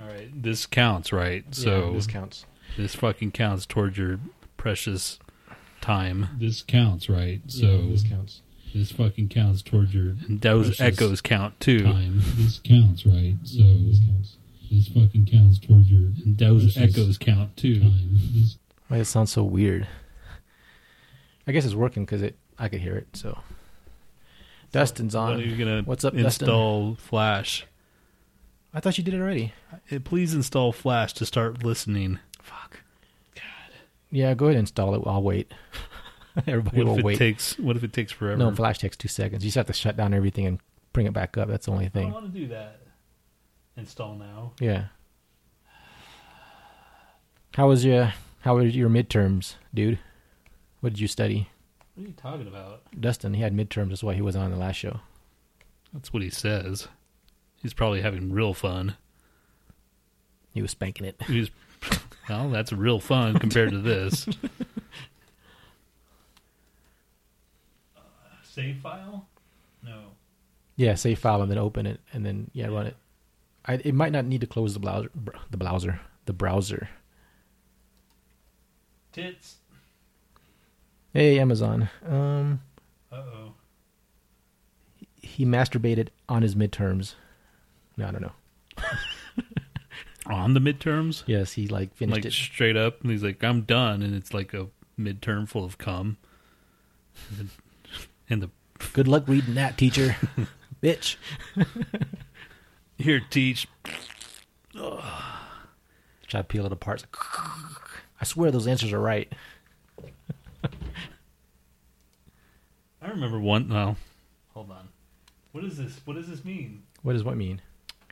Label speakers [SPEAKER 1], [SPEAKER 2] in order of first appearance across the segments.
[SPEAKER 1] right. This counts, right? So
[SPEAKER 2] yeah, this
[SPEAKER 1] this,
[SPEAKER 2] counts.
[SPEAKER 1] fucking counts towards your precious time. This counts, right?
[SPEAKER 2] yeah, this counts.
[SPEAKER 1] this fucking counts towards your
[SPEAKER 3] Those
[SPEAKER 1] those echoes
[SPEAKER 3] echoes
[SPEAKER 1] count too.
[SPEAKER 3] This counts, right? So
[SPEAKER 2] yeah, this counts.
[SPEAKER 3] this fucking counts towards your
[SPEAKER 1] Those
[SPEAKER 3] precious
[SPEAKER 1] echoes count too.
[SPEAKER 3] Time. This
[SPEAKER 2] Why it sounds so weird? I guess it's working because it I could hear it. So Dustin's
[SPEAKER 1] When are
[SPEAKER 2] on.
[SPEAKER 1] you gonna
[SPEAKER 2] What's up, Dustin?
[SPEAKER 1] install Flash?
[SPEAKER 2] I thought you did it already.
[SPEAKER 1] Uh, Please install Flash to start listening.
[SPEAKER 2] Fuck. God. Yeah, go ahead and install it. I'll wait. Everybody
[SPEAKER 1] What
[SPEAKER 2] will
[SPEAKER 1] if it
[SPEAKER 2] wait.
[SPEAKER 1] takes? What if it takes forever?
[SPEAKER 2] No, flash takes two seconds. You just have to shut down everything and bring it back up. That's the only
[SPEAKER 1] I don't
[SPEAKER 2] thing.
[SPEAKER 1] want to do that. Install now.
[SPEAKER 2] Yeah. How was your How were your midterms, dude? What did you study?
[SPEAKER 1] What are you talking about?
[SPEAKER 2] Dustin, he had midterms. That's why he was on the last show.
[SPEAKER 1] That's what he says. He's probably having real fun.
[SPEAKER 2] He was spanking it.
[SPEAKER 1] He's well, that's real fun compared to this. Uh, Save file? No.
[SPEAKER 2] Yeah, save file and then open it and then yeah, run it. I, it might not need to close the browser. Br- the browser. The browser.
[SPEAKER 1] Tits.
[SPEAKER 2] Hey, Amazon. Um,
[SPEAKER 1] Uh oh.
[SPEAKER 2] he masturbated on his midterms. No, I don't know.
[SPEAKER 1] On the midterms?
[SPEAKER 2] Yes, he like finished
[SPEAKER 1] Like
[SPEAKER 2] it.
[SPEAKER 1] straight up, and he's like, "I'm done," and it's like a midterm full of cum. And the
[SPEAKER 2] Good luck reading that, teacher. Bitch.
[SPEAKER 1] here, teach.
[SPEAKER 2] Try to peel it apart. It's like, I swear those answers are right.
[SPEAKER 1] I remember one. Well, hold on. What is this? What does this mean?
[SPEAKER 2] What does what mean?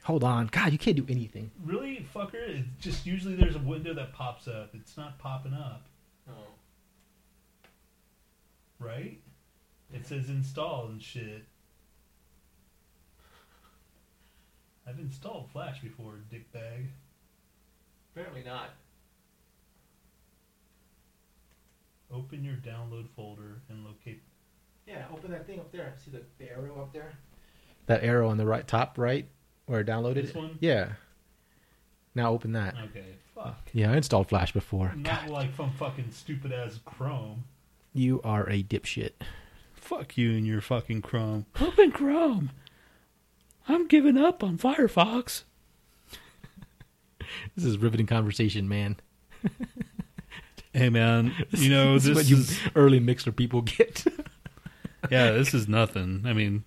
[SPEAKER 2] Hold on. God, you can't do anything.
[SPEAKER 1] Really, fucker? It's just usually there's a window that pops up. It's not popping up. Oh. Right? It says install and shit. I've installed Flash before, dickbag.
[SPEAKER 4] Apparently not.
[SPEAKER 1] Open your download folder and locate.
[SPEAKER 4] Yeah, open that thing up there. See the, the arrow up there?
[SPEAKER 2] That arrow on the right top right where I downloaded
[SPEAKER 1] This
[SPEAKER 2] it.
[SPEAKER 1] one?
[SPEAKER 2] Yeah. Now open that.
[SPEAKER 1] Okay, fuck.
[SPEAKER 2] Yeah, I installed Flash before.
[SPEAKER 1] Not
[SPEAKER 2] God,
[SPEAKER 1] like from fucking stupid ass Chrome.
[SPEAKER 2] you are a dipshit.
[SPEAKER 1] Fuck you and your fucking Chrome. Open Chrome. I'm giving up on Firefox.
[SPEAKER 2] This is riveting conversation, man.
[SPEAKER 1] Hey man, you know
[SPEAKER 2] this,
[SPEAKER 1] this,
[SPEAKER 2] is what you
[SPEAKER 1] is
[SPEAKER 2] early mixer people get.
[SPEAKER 1] yeah, this is nothing. I mean,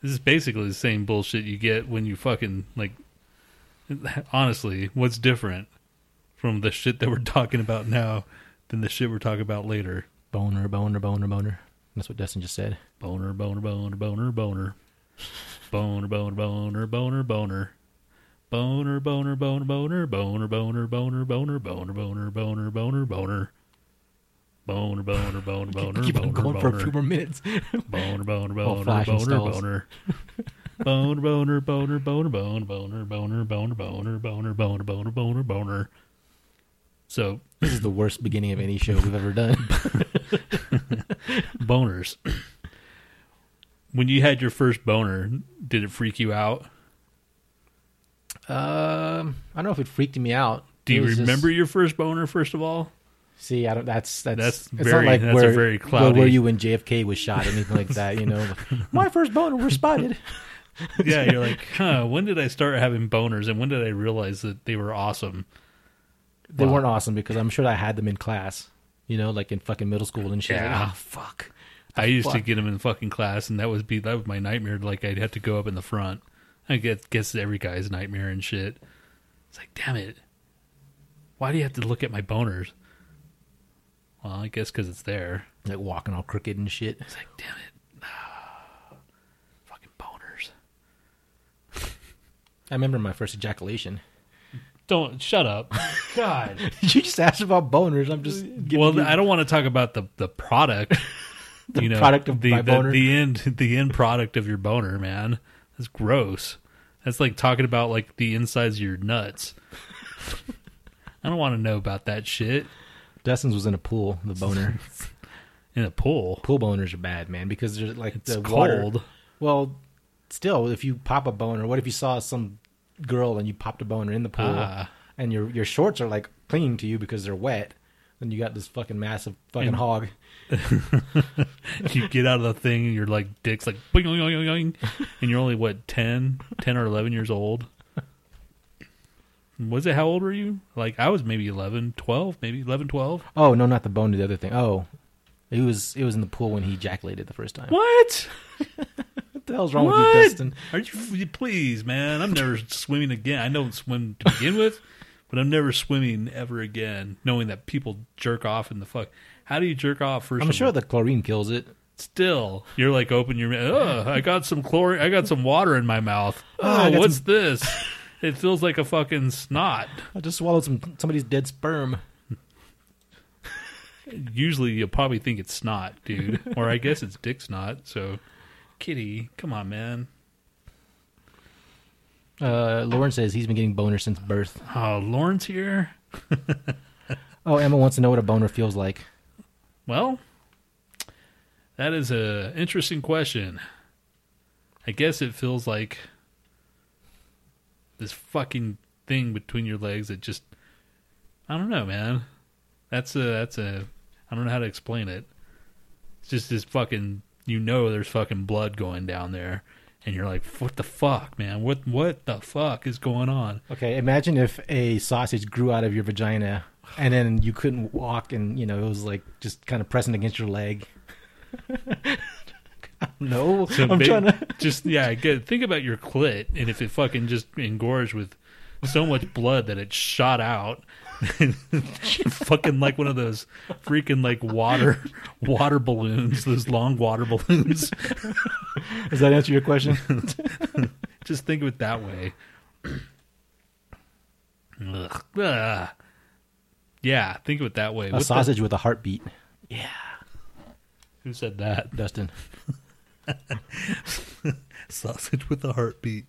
[SPEAKER 1] this is basically the same bullshit you get when you fucking like. Honestly, what's different from the shit that we're talking about now than the shit we're talking about later?
[SPEAKER 2] boner, boner, boner, boner. That's what Dustin just said.
[SPEAKER 1] Boner, boner, boner, boner, boner, boner, boner, boner, boner, boner. Boner, boner, boner, boner, boner, boner, boner, boner, boner, boner, boner, boner, boner, boner, boner, boner, boner,
[SPEAKER 2] Keep on
[SPEAKER 1] boner,
[SPEAKER 2] going for a
[SPEAKER 1] boner.
[SPEAKER 2] few more minutes.
[SPEAKER 1] Boner, boner,
[SPEAKER 2] Oh,
[SPEAKER 1] boner,
[SPEAKER 2] Flash
[SPEAKER 1] boner,
[SPEAKER 2] installs.
[SPEAKER 1] boner. Boner, boner, boner, boner, boner, boner, boner, boner, boner, boner, boner, boner, boner, boner. So,
[SPEAKER 2] this is the worst beginning of any show we've ever done.
[SPEAKER 1] boners. When you had your first boner, did it freak you out?
[SPEAKER 2] Um, I don't know if it freaked me out.
[SPEAKER 1] Do
[SPEAKER 2] It
[SPEAKER 1] you
[SPEAKER 2] was just-
[SPEAKER 1] remember your first boner, first of all?
[SPEAKER 2] see, I don't. That's that's
[SPEAKER 1] That's
[SPEAKER 2] it's not
[SPEAKER 1] very-
[SPEAKER 2] like
[SPEAKER 1] that's a
[SPEAKER 2] where,
[SPEAKER 1] very
[SPEAKER 2] where
[SPEAKER 1] cloudy-
[SPEAKER 2] Were you when JFK was shot? Anything like that? You know, my first boner was spotted.
[SPEAKER 1] Yeah, you're like, huh, when did I start having boners and when did I realize that they were awesome?
[SPEAKER 2] They
[SPEAKER 1] Wow.
[SPEAKER 2] weren't awesome because I'm sure I had them in class. You know, like in fucking middle school and shit.
[SPEAKER 1] Yeah.
[SPEAKER 2] Like, oh fuck.
[SPEAKER 1] I used to
[SPEAKER 2] fuck?
[SPEAKER 1] get them in fucking class, and that was be that was my nightmare. Like I'd have to go up in the front. I guess guess every guy's nightmare and shit. It's like, damn it, why do you have to look at my boners? Well, I guess because it's there.
[SPEAKER 2] Like walking all crooked and shit.
[SPEAKER 1] It's like, damn it, fucking boners.
[SPEAKER 2] I remember my first ejaculation.
[SPEAKER 1] Don't shut up. God.
[SPEAKER 2] you just asked about boners. I'm just giving
[SPEAKER 1] well,
[SPEAKER 2] you-
[SPEAKER 1] I don't want to talk about the the product. the you know,
[SPEAKER 2] product of
[SPEAKER 1] the,
[SPEAKER 2] my
[SPEAKER 1] the-
[SPEAKER 2] boner.
[SPEAKER 1] The, end the end product of your boner, man. That's gross. That's like talking about like the insides of your nuts. I don't want to know about that shit
[SPEAKER 2] Dustin's was in a pool. The boner.
[SPEAKER 1] in a pool.
[SPEAKER 2] pool boners are bad, man, because they're like
[SPEAKER 1] It's
[SPEAKER 2] the water.
[SPEAKER 1] cold.
[SPEAKER 2] Well, still, if you pop a boner, what if you saw some girl and you popped a boner in the pool
[SPEAKER 1] Ah.
[SPEAKER 2] and your your shorts are like clinging to you because they're wet, then you got this fucking massive fucking
[SPEAKER 1] And-
[SPEAKER 2] hog.
[SPEAKER 1] you get out of the thing and you're like dicks like boing, boing, boing, boing, and you're only what 10 10 or 11 years old was it how old were you like i was maybe 11 12 maybe 11 12
[SPEAKER 2] Oh no, not the bone to the other thing. Oh, it was it was in the pool when he ejaculated the first time.
[SPEAKER 1] what
[SPEAKER 2] What the hell's wrong
[SPEAKER 1] what
[SPEAKER 2] with you, Dustin?
[SPEAKER 1] are you please man i'm never swimming again i don't swim to begin with but i'm never swimming ever again knowing that people jerk off in the fuck how do you jerk off first
[SPEAKER 2] I'm
[SPEAKER 1] of
[SPEAKER 2] sure
[SPEAKER 1] all?
[SPEAKER 2] the chlorine kills it.
[SPEAKER 1] still you're like open your mouth i got some chlorine i got some water in my mouth
[SPEAKER 2] Ah, I
[SPEAKER 1] oh
[SPEAKER 2] got
[SPEAKER 1] what's
[SPEAKER 2] some-
[SPEAKER 1] this it feels like a fucking snot
[SPEAKER 2] I just swallowed some somebody's dead sperm.
[SPEAKER 1] usually you probably think it's snot dude or i guess it's dick snot so kitty come on man
[SPEAKER 2] Uh, Lauren says he's been getting boner since birth.
[SPEAKER 1] oh lauren's here
[SPEAKER 2] Oh, Emma wants to know what a boner feels like.
[SPEAKER 1] well that is a interesting question i guess it feels like this fucking thing between your legs that just I don't know, man. That's a that's a I don't know how to explain it. It's just this fucking you know there's fucking blood going down there and you're like what the fuck, man? What what the fuck is going on?
[SPEAKER 2] Okay, imagine if a sausage grew out of your vagina and then you couldn't walk and, you know, it was like just kind of pressing against your leg. no,
[SPEAKER 1] So
[SPEAKER 2] I'm
[SPEAKER 1] ba-
[SPEAKER 2] trying to.
[SPEAKER 1] just yeah, good. think about your clit and if it fucking just engorged with so much blood that it shot out fucking like one of those freaking like water water balloons, those long water balloons.
[SPEAKER 2] Does that answer your question?
[SPEAKER 1] Just think of it that way. Ugh. Ah. Yeah, think of it that way.
[SPEAKER 2] a
[SPEAKER 1] What the-
[SPEAKER 2] sausage with a heartbeat,
[SPEAKER 1] who said that?
[SPEAKER 2] Dustin.
[SPEAKER 1] Sausage with a heartbeat.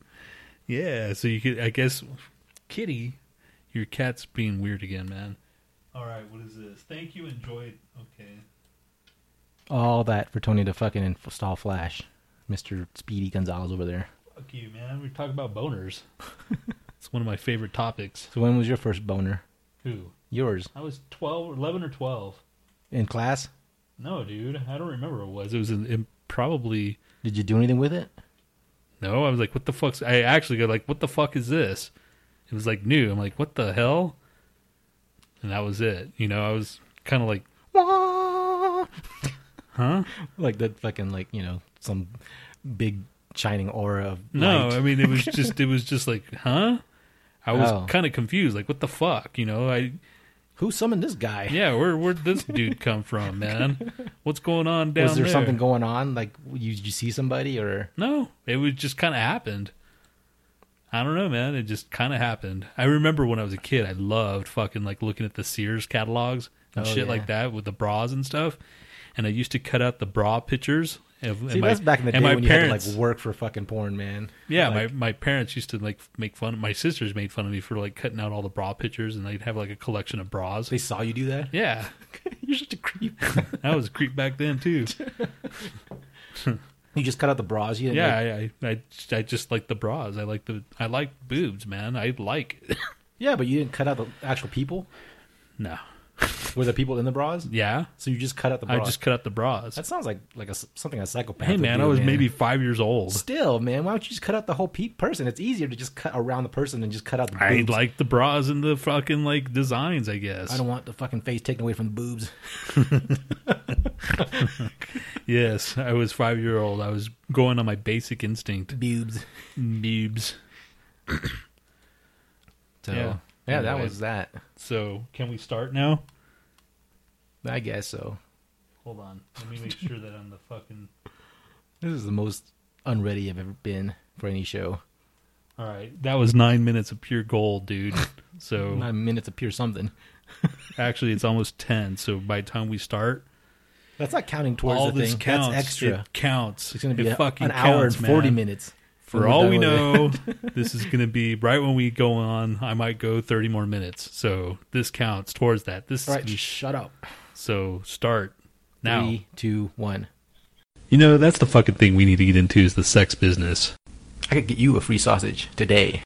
[SPEAKER 1] Yeah, so you could, I guess, kitty, your cat's being weird again, man. All right, what is this? Thank you, enjoyed. Okay.
[SPEAKER 2] All that for Tony to fucking install Flash. Mr. Speedy Gonzalez over there.
[SPEAKER 1] Fuck you, man. We're talking about boners. it's one of my favorite topics.
[SPEAKER 2] So, when was your first boner?
[SPEAKER 1] Who?
[SPEAKER 2] Yours?
[SPEAKER 1] I was 12, 11 or 12.
[SPEAKER 2] In class?
[SPEAKER 1] No, dude, I don't remember what it was. It was in, in probably
[SPEAKER 2] Did you do anything with it?
[SPEAKER 1] No, I was like, what the fuck's I actually go like, what the fuck is this? It was like new. I'm like, what the hell? And that was it. You know, I was kind of like, huh?
[SPEAKER 2] like that fucking, like, you know, some big shining aura of.
[SPEAKER 1] No,
[SPEAKER 2] light.
[SPEAKER 1] I mean, it was just, it was just like, huh? I was
[SPEAKER 2] Oh.
[SPEAKER 1] kind of confused, like, what the fuck? You know, I
[SPEAKER 2] Who summoned this guy?
[SPEAKER 1] yeah, where where'd this dude come from, man? What's going on down
[SPEAKER 2] was there,
[SPEAKER 1] there?
[SPEAKER 2] something going on? Like you, you see somebody or
[SPEAKER 1] No, it was just kind of happened. I don't know, man. It just kind of happened. I remember when I was a kid, I loved fucking like looking at the Sears catalogs and
[SPEAKER 2] Oh,
[SPEAKER 1] shit
[SPEAKER 2] yeah.
[SPEAKER 1] like that with the bras and stuff. And I used to cut out the bra pictures. Of, and
[SPEAKER 2] see that's back in the day
[SPEAKER 1] and my
[SPEAKER 2] when
[SPEAKER 1] parents,
[SPEAKER 2] you had to like work for fucking porn, man.
[SPEAKER 1] yeah,
[SPEAKER 2] like,
[SPEAKER 1] my, my parents used to like make fun. My sisters made fun of me for like cutting out all the bra pictures, and they'd have like a collection of bras.
[SPEAKER 2] they saw you do that.
[SPEAKER 1] yeah,
[SPEAKER 2] You're such a creep.
[SPEAKER 1] I was a creep back then too.
[SPEAKER 2] you just cut out the bras. You didn't,
[SPEAKER 1] Yeah,
[SPEAKER 2] like-
[SPEAKER 1] I, I I I just like the bras. I like the I like boobs, man. I like
[SPEAKER 2] yeah, but you didn't cut out the actual people.
[SPEAKER 1] no,
[SPEAKER 2] Were the people in the bras?
[SPEAKER 1] yeah.
[SPEAKER 2] So you just cut out the
[SPEAKER 1] I
[SPEAKER 2] bras.
[SPEAKER 1] just cut out the bras.
[SPEAKER 2] that sounds like like a s something a psychopath.
[SPEAKER 1] hey
[SPEAKER 2] would
[SPEAKER 1] man,
[SPEAKER 2] do,
[SPEAKER 1] I was maybe five years old.
[SPEAKER 2] Still, man, why don't you just cut out the whole pe- person? It's easier to just cut around the person than just cut out the
[SPEAKER 1] I
[SPEAKER 2] boobs.
[SPEAKER 1] like the bras and the fucking like designs, I guess.
[SPEAKER 2] I don't want the fucking face taken away from the boobs.
[SPEAKER 1] yes, I was five year old. I was going on my basic instinct.
[SPEAKER 2] Boobs.
[SPEAKER 1] Boobs.
[SPEAKER 2] So, yeah,
[SPEAKER 1] Yeah.
[SPEAKER 2] that
[SPEAKER 1] Anyway.
[SPEAKER 2] was that.
[SPEAKER 1] So can we start now?
[SPEAKER 2] I guess so.
[SPEAKER 1] Hold on. Let me make sure that I'm the fucking
[SPEAKER 2] This is the most unready I've ever been for any show.
[SPEAKER 1] All right. That was nine minutes of pure gold, dude. So
[SPEAKER 2] Nine minutes of pure something.
[SPEAKER 1] actually it's almost ten, so by the time we start
[SPEAKER 2] That's not counting towards
[SPEAKER 1] all
[SPEAKER 2] the
[SPEAKER 1] this
[SPEAKER 2] thing.
[SPEAKER 1] counts.
[SPEAKER 2] That's extra.
[SPEAKER 1] It counts.
[SPEAKER 2] It's going to
[SPEAKER 1] It
[SPEAKER 2] be a-
[SPEAKER 1] fucking
[SPEAKER 2] an hour
[SPEAKER 1] counts,
[SPEAKER 2] and forty
[SPEAKER 1] man.
[SPEAKER 2] minutes.
[SPEAKER 1] For
[SPEAKER 2] when we're
[SPEAKER 1] all
[SPEAKER 2] done
[SPEAKER 1] we
[SPEAKER 2] with it.
[SPEAKER 1] know, this is going to be right when we go on. I might go 30 more minutes. So this counts towards that. This
[SPEAKER 2] All
[SPEAKER 1] is
[SPEAKER 2] right,
[SPEAKER 1] gonna-
[SPEAKER 2] shut up.
[SPEAKER 1] so start now.
[SPEAKER 2] Three, two, one.
[SPEAKER 1] You know, that's the fucking thing we need to get into is the sex business.
[SPEAKER 2] I could get you a free sausage today.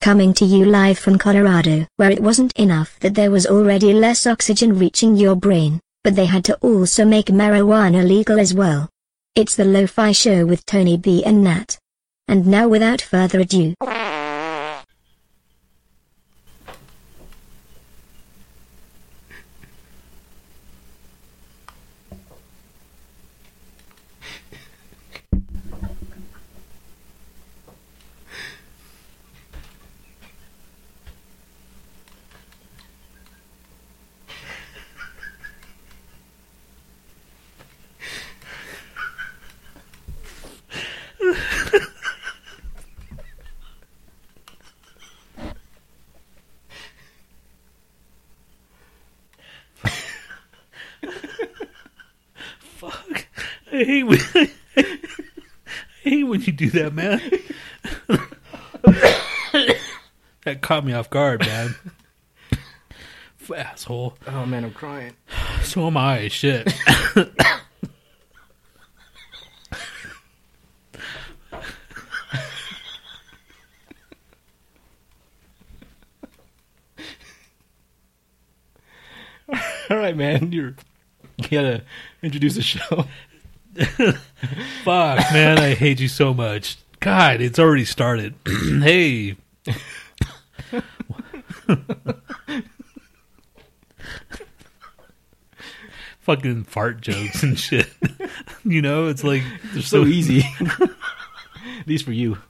[SPEAKER 5] coming to you live from Colorado, where it wasn't enough that there was already less oxygen reaching your brain, but they had to also make marijuana legal as well. It's the Lo-Fi Show with Tony B and Nat. And now without further ado,
[SPEAKER 1] Fuck. I hate when, I hate when you do that, man. that caught me off guard, man. F- Asshole.
[SPEAKER 2] Oh man, I'm crying.
[SPEAKER 1] So am I. Shit.
[SPEAKER 2] All right, man, you're you gotta introduce the show.
[SPEAKER 1] Fuck, man. I hate you so much. God, it's already started. hey. Fucking fart jokes and shit. you know, it's like
[SPEAKER 2] They're so easy. At least for you.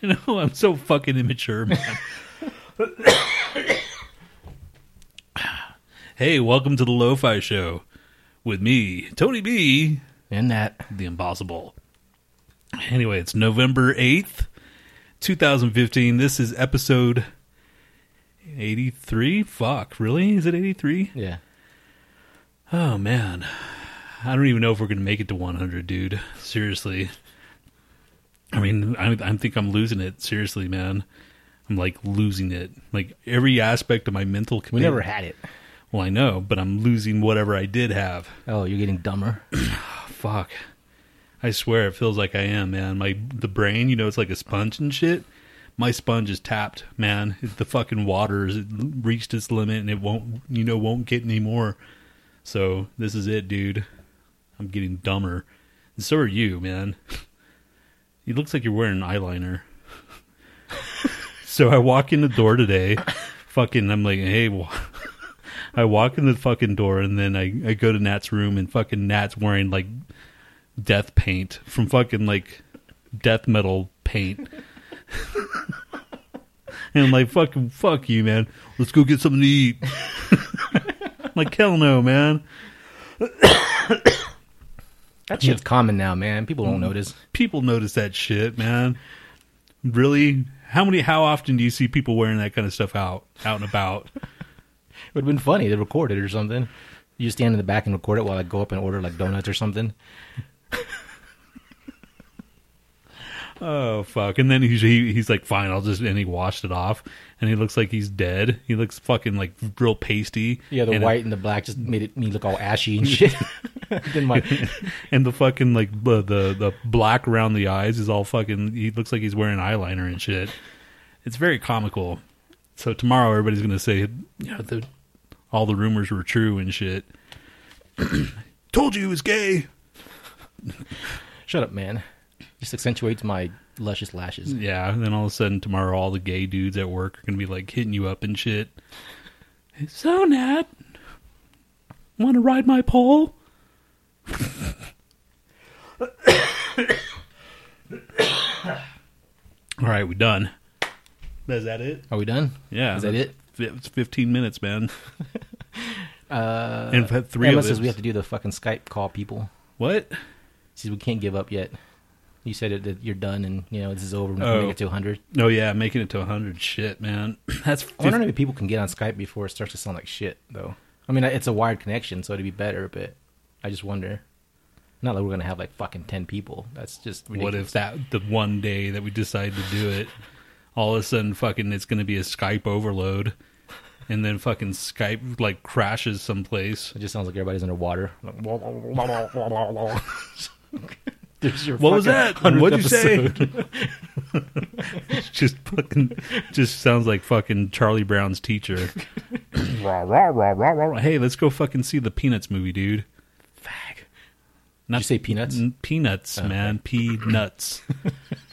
[SPEAKER 1] You know, I'm so fucking immature, man. hey, welcome to the Lo-Fi Show with me, Tony B,
[SPEAKER 2] And that.
[SPEAKER 1] the Impossible. Anyway, it's November 8th, 2015. This is episode 83. Fuck, really? Is it 83?
[SPEAKER 2] Yeah.
[SPEAKER 1] Oh man. I don't even know if we're going to make it to 100, dude. Seriously. I mean, I I think I'm losing it seriously, man. I'm like losing it. Like every aspect of my mental
[SPEAKER 2] We
[SPEAKER 1] capacity.
[SPEAKER 2] never had it.
[SPEAKER 1] Well, I know, but I'm losing whatever I did have.
[SPEAKER 2] Oh, you're getting dumber.
[SPEAKER 1] Fuck. I swear it feels like I am, man. My the brain, you know, it's like a sponge and shit. My sponge is tapped, man. It, the fucking water has reached its limit and it won't, you know, won't get any more. So this is it, dude. I'm getting dumber, and so are you, man. It looks like you're wearing eyeliner. so I walk in the door today, fucking. I'm like, hey, wa- I walk in the fucking door, and then I I go to Nat's room, and fucking Nat's wearing like death paint from fucking like death metal paint. and I'm like, fucking fuck you, man. Let's go get something to eat. I'm like, hell no, man.
[SPEAKER 2] That shit's Mm. common now, man. People don't notice.
[SPEAKER 1] People notice that shit, man. Really? How many how often do you see people wearing that kind of stuff out out and about?
[SPEAKER 2] It would have been funny to record it or something. You just stand in the back and record it while I go up and order like donuts or something.
[SPEAKER 1] Oh fuck! And then he's he, he's like, fine, I'll just and he washed it off, and he looks like he's dead. He looks fucking like real pasty.
[SPEAKER 2] Yeah, the
[SPEAKER 1] and,
[SPEAKER 2] white and the black just made it me look all ashy and shit. then my
[SPEAKER 1] and the fucking like the, the the black around the eyes is all fucking. He looks like he's wearing eyeliner and shit. It's very comical. So tomorrow everybody's gonna say, you know, the, all the rumors were true and shit. Told you he was gay.
[SPEAKER 2] shut up, man. Just accentuates my luscious lashes.
[SPEAKER 1] Yeah, and then all of a sudden tomorrow, all the gay dudes at work are gonna be like hitting you up and shit. So Nat, want to ride my pole? all right, we done. Is that it?
[SPEAKER 2] Are we done?
[SPEAKER 1] Yeah,
[SPEAKER 2] Is that it?
[SPEAKER 1] that's- It's fifteen minutes, man. uh, and for three
[SPEAKER 2] Emma
[SPEAKER 1] of us.
[SPEAKER 2] says we have to do the fucking Skype call people.
[SPEAKER 1] what?
[SPEAKER 2] She says we can't give up yet. You said it, that you're done and you know this is over. We're
[SPEAKER 1] Oh.
[SPEAKER 2] gonna make it to 100.
[SPEAKER 1] Oh yeah, making it to hundred. Shit, man. That's
[SPEAKER 2] I'm wondering if people can get on Skype before it starts to sound like shit, though. I mean, it's a wired connection, so it'd be better, but I just wonder. Not like we're gonna have like fucking ten people. That's just ridiculous.
[SPEAKER 1] What if that the one day that we decide to do it, all of a sudden fucking it's going to be a Skype overload, and then fucking Skype like crashes someplace.
[SPEAKER 2] It just sounds like everybody's underwater. Like, There's your
[SPEAKER 1] What was
[SPEAKER 2] fucking
[SPEAKER 1] that?
[SPEAKER 2] 100th
[SPEAKER 1] What'd you say?
[SPEAKER 2] episode.
[SPEAKER 1] just fucking just sounds like fucking Charlie Brown's teacher. Rah, rah, rah, rah, rah, rah. Hey, let's go fucking see the Peanuts movie, dude. Fuck. Not
[SPEAKER 2] you say Peanuts? Oh,
[SPEAKER 1] N- Peanuts, man. Peanuts.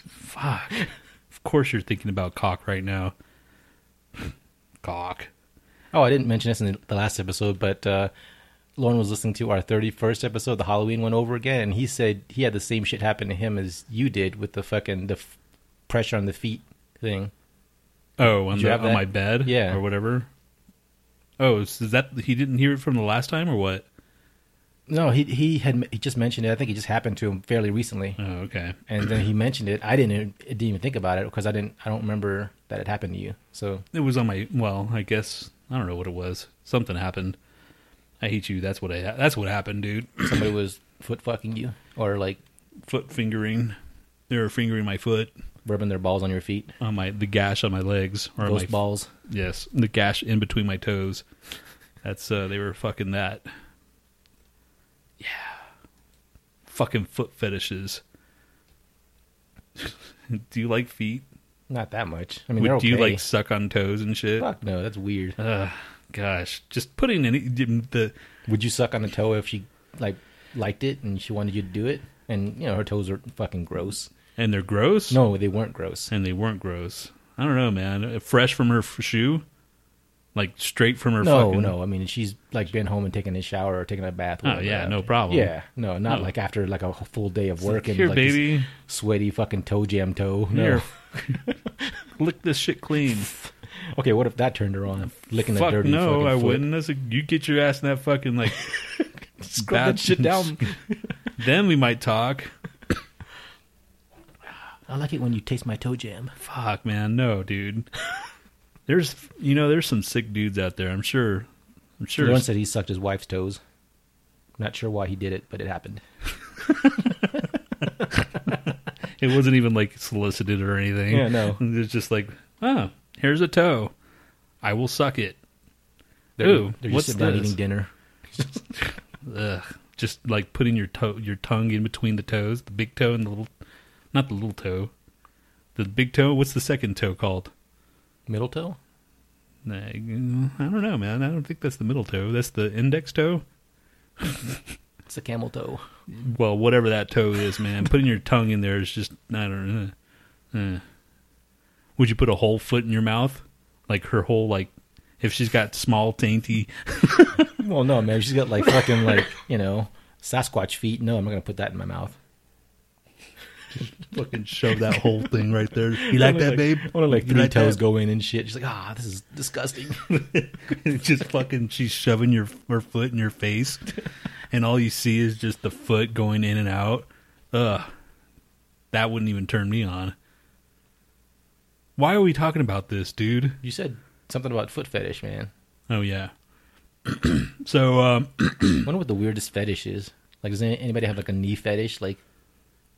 [SPEAKER 1] Fuck. Of course you're thinking about cock right now. Cock.
[SPEAKER 2] Oh, I didn't mention this in the- the last episode, but uh, Lauren was listening to our 31st episode, the Halloween one over again, and he said he had the same shit happen to him as you did with the fucking the f- pressure on the feet thing.
[SPEAKER 1] Oh, on,
[SPEAKER 2] Did you
[SPEAKER 1] the,
[SPEAKER 2] have
[SPEAKER 1] on
[SPEAKER 2] that?
[SPEAKER 1] my bed,
[SPEAKER 2] Yeah.
[SPEAKER 1] or whatever. Oh, so is that he didn't hear it from the last time, or what?
[SPEAKER 2] No, he he had he just mentioned it. I think it just happened to him fairly recently,
[SPEAKER 1] Oh, okay.
[SPEAKER 2] and then he mentioned it. I didn't didn't even think about it because I didn't I don't remember that it happened to you. So
[SPEAKER 1] It was on my. Well, I guess I don't know what it was. Something happened. I hate you. That's what I. That's what happened, dude.
[SPEAKER 2] somebody was foot fucking you or like
[SPEAKER 1] Foot fingering. They were fingering my foot
[SPEAKER 2] rubbing their balls on your feet,
[SPEAKER 1] on my the gash on my legs or
[SPEAKER 2] ghost
[SPEAKER 1] my
[SPEAKER 2] balls.
[SPEAKER 1] yes the gash in between my toes. That's uh they were fucking that. Yeah. Fucking foot fetishes. Do you like feet?
[SPEAKER 2] Not that much. I mean,
[SPEAKER 1] Would-
[SPEAKER 2] they're
[SPEAKER 1] Do you
[SPEAKER 2] okay.
[SPEAKER 1] like suck on toes and shit?
[SPEAKER 2] Fuck no, that's weird.
[SPEAKER 1] Ugh, gosh, just putting any the
[SPEAKER 2] Would you suck on a toe if she like liked it and she wanted you to do it? And you know her toes are fucking gross.
[SPEAKER 1] and they're gross.
[SPEAKER 2] No, they weren't gross.
[SPEAKER 1] and they weren't gross. I don't know, man. Uh, Fresh from her f- shoe, like straight from her.
[SPEAKER 2] No,
[SPEAKER 1] fucking,
[SPEAKER 2] no. I mean, she's like been home and taken a shower or taken a bath.
[SPEAKER 1] Oh
[SPEAKER 2] whatever
[SPEAKER 1] yeah, no
[SPEAKER 2] happened.
[SPEAKER 1] problem.
[SPEAKER 2] Yeah, no, not
[SPEAKER 1] No.
[SPEAKER 2] like after like a full day of work and
[SPEAKER 1] Here,
[SPEAKER 2] like this
[SPEAKER 1] baby,
[SPEAKER 2] sweaty fucking toe jam toe. No.
[SPEAKER 1] Here. lick this shit clean.
[SPEAKER 2] Okay, what if that turned her on? Licking
[SPEAKER 1] Fuck
[SPEAKER 2] the dirty
[SPEAKER 1] no,
[SPEAKER 2] fucking
[SPEAKER 1] I
[SPEAKER 2] foot.
[SPEAKER 1] wouldn't. That's a, you get your ass in that fucking like.
[SPEAKER 2] Scrub that
[SPEAKER 1] bath-
[SPEAKER 2] shit down.
[SPEAKER 1] then we might talk.
[SPEAKER 2] I like it when you taste my toe jam.
[SPEAKER 1] Fuck, man, no, dude. There's, you know, there's some sick dudes out there. I'm sure. I'm sure.
[SPEAKER 2] Lauren said he sucked his wife's toes. Not sure why he did it, but it happened.
[SPEAKER 1] It wasn't even like solicited or anything.
[SPEAKER 2] Yeah, no.
[SPEAKER 1] It's just like, oh, here's a toe. I will suck it.
[SPEAKER 2] They're,
[SPEAKER 1] Ooh,
[SPEAKER 2] they're just
[SPEAKER 1] what's
[SPEAKER 2] sitting down
[SPEAKER 1] this?
[SPEAKER 2] eating dinner.
[SPEAKER 1] Ugh. Just like putting your toe, your tongue in between the toes, the big toe and the little, not the little toe, the big toe. What's the second toe called?
[SPEAKER 2] Middle toe?
[SPEAKER 1] Nah, I don't know, man. I don't think that's the middle toe. That's the index toe.
[SPEAKER 2] It's a camel toe.
[SPEAKER 1] Well, whatever that toe is, man. putting your tongue in there is just I don't know. Uh. Would you put a whole foot in your mouth, like her whole like? If she's got small, dainty,
[SPEAKER 2] Well, no, man. She's got like fucking like you know Sasquatch feet. No, I'm not gonna put that in my mouth.
[SPEAKER 1] fucking shove that whole thing right there. You
[SPEAKER 2] Only, Only like three toes go in and shit. She's like, ah, this is disgusting.
[SPEAKER 1] It's just fucking she's shoving your her foot in your face and all you see is just the foot going in and out ugh that wouldn't even turn me on why are we talking about this dude
[SPEAKER 2] you said something about foot fetish, man.
[SPEAKER 1] oh yeah so um
[SPEAKER 2] I wonder what the weirdest fetish is. Like, does any- anybody have like a knee fetish, like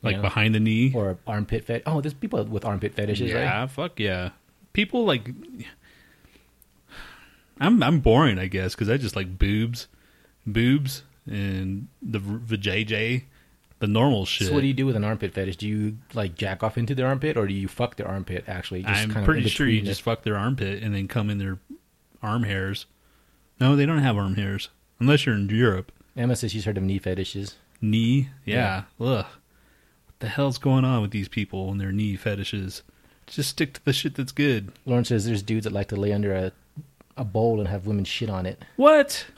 [SPEAKER 1] like
[SPEAKER 2] know,
[SPEAKER 1] behind the knee
[SPEAKER 2] or a armpit fetish? Oh, there's people with armpit fetishes.
[SPEAKER 1] yeah
[SPEAKER 2] right?
[SPEAKER 1] fuck yeah people like i'm i'm boring i guess because i just like boobs boobs and the v- vajayjay the normal shit
[SPEAKER 2] So what do you do with an armpit fetish? Do you like jack off into their armpit, or do you fuck their armpit? Actually, just
[SPEAKER 1] I'm
[SPEAKER 2] kind of
[SPEAKER 1] pretty
[SPEAKER 2] in
[SPEAKER 1] sure you
[SPEAKER 2] between the-
[SPEAKER 1] just fuck their armpit and then come in their arm hairs. No, they don't have arm hairs unless you're in Europe.
[SPEAKER 2] Emma says she's heard of knee fetishes.
[SPEAKER 1] Knee, yeah, ugh. What the hell's going on with these people and their knee fetishes? Just stick to the shit that's good.
[SPEAKER 2] Lauren says there's dudes that like to lay under a a bowl and have women shit on it.
[SPEAKER 1] What?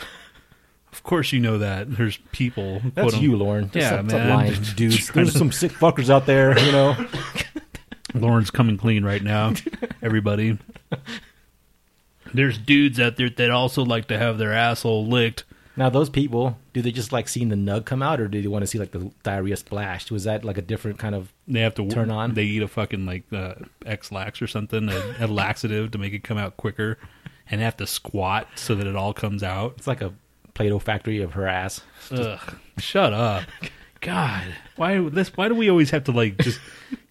[SPEAKER 1] Of course you know that. There's people.
[SPEAKER 2] That's
[SPEAKER 1] quote,
[SPEAKER 2] you, Lauren. Just
[SPEAKER 1] Yeah,
[SPEAKER 2] stop,
[SPEAKER 1] man.
[SPEAKER 2] Stop lying,
[SPEAKER 1] Just
[SPEAKER 2] dudes.
[SPEAKER 1] trying
[SPEAKER 2] There's
[SPEAKER 1] to-
[SPEAKER 2] some sick fuckers out there, you know.
[SPEAKER 1] Lauren's coming clean right now, everybody. There's dudes out there that also like to have their asshole licked.
[SPEAKER 2] now, those people, do they just like seeing the nug come out, or do they want to see like the diarrhea splashed? Was that like a different kind of?
[SPEAKER 1] They have to
[SPEAKER 2] Turn on.
[SPEAKER 1] They eat a fucking like uh, X lax or something, a, a laxative to make it come out quicker, and have to squat so that it all comes out.
[SPEAKER 2] It's like a Play-Doh factory of her ass.
[SPEAKER 1] Ugh, shut up, God! Why this? Why do we always have to like just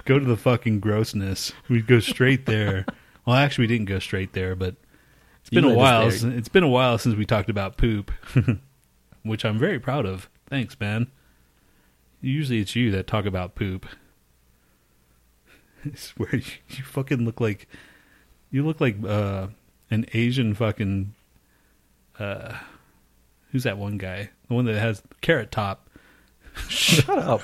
[SPEAKER 1] go to the fucking grossness? We go straight there. Well, actually, we didn't go straight there, but it's
[SPEAKER 2] You
[SPEAKER 1] been a
[SPEAKER 2] led us
[SPEAKER 1] while.
[SPEAKER 2] there.
[SPEAKER 1] sin- It's been a while since we talked about poop, which I'm very proud of. Thanks, man. Usually, it's you that talk about poop. I swear, you, you fucking look like you look like uh, an Asian fucking. Uh, who's that one guy? The one that has carrot top.
[SPEAKER 2] Shut up.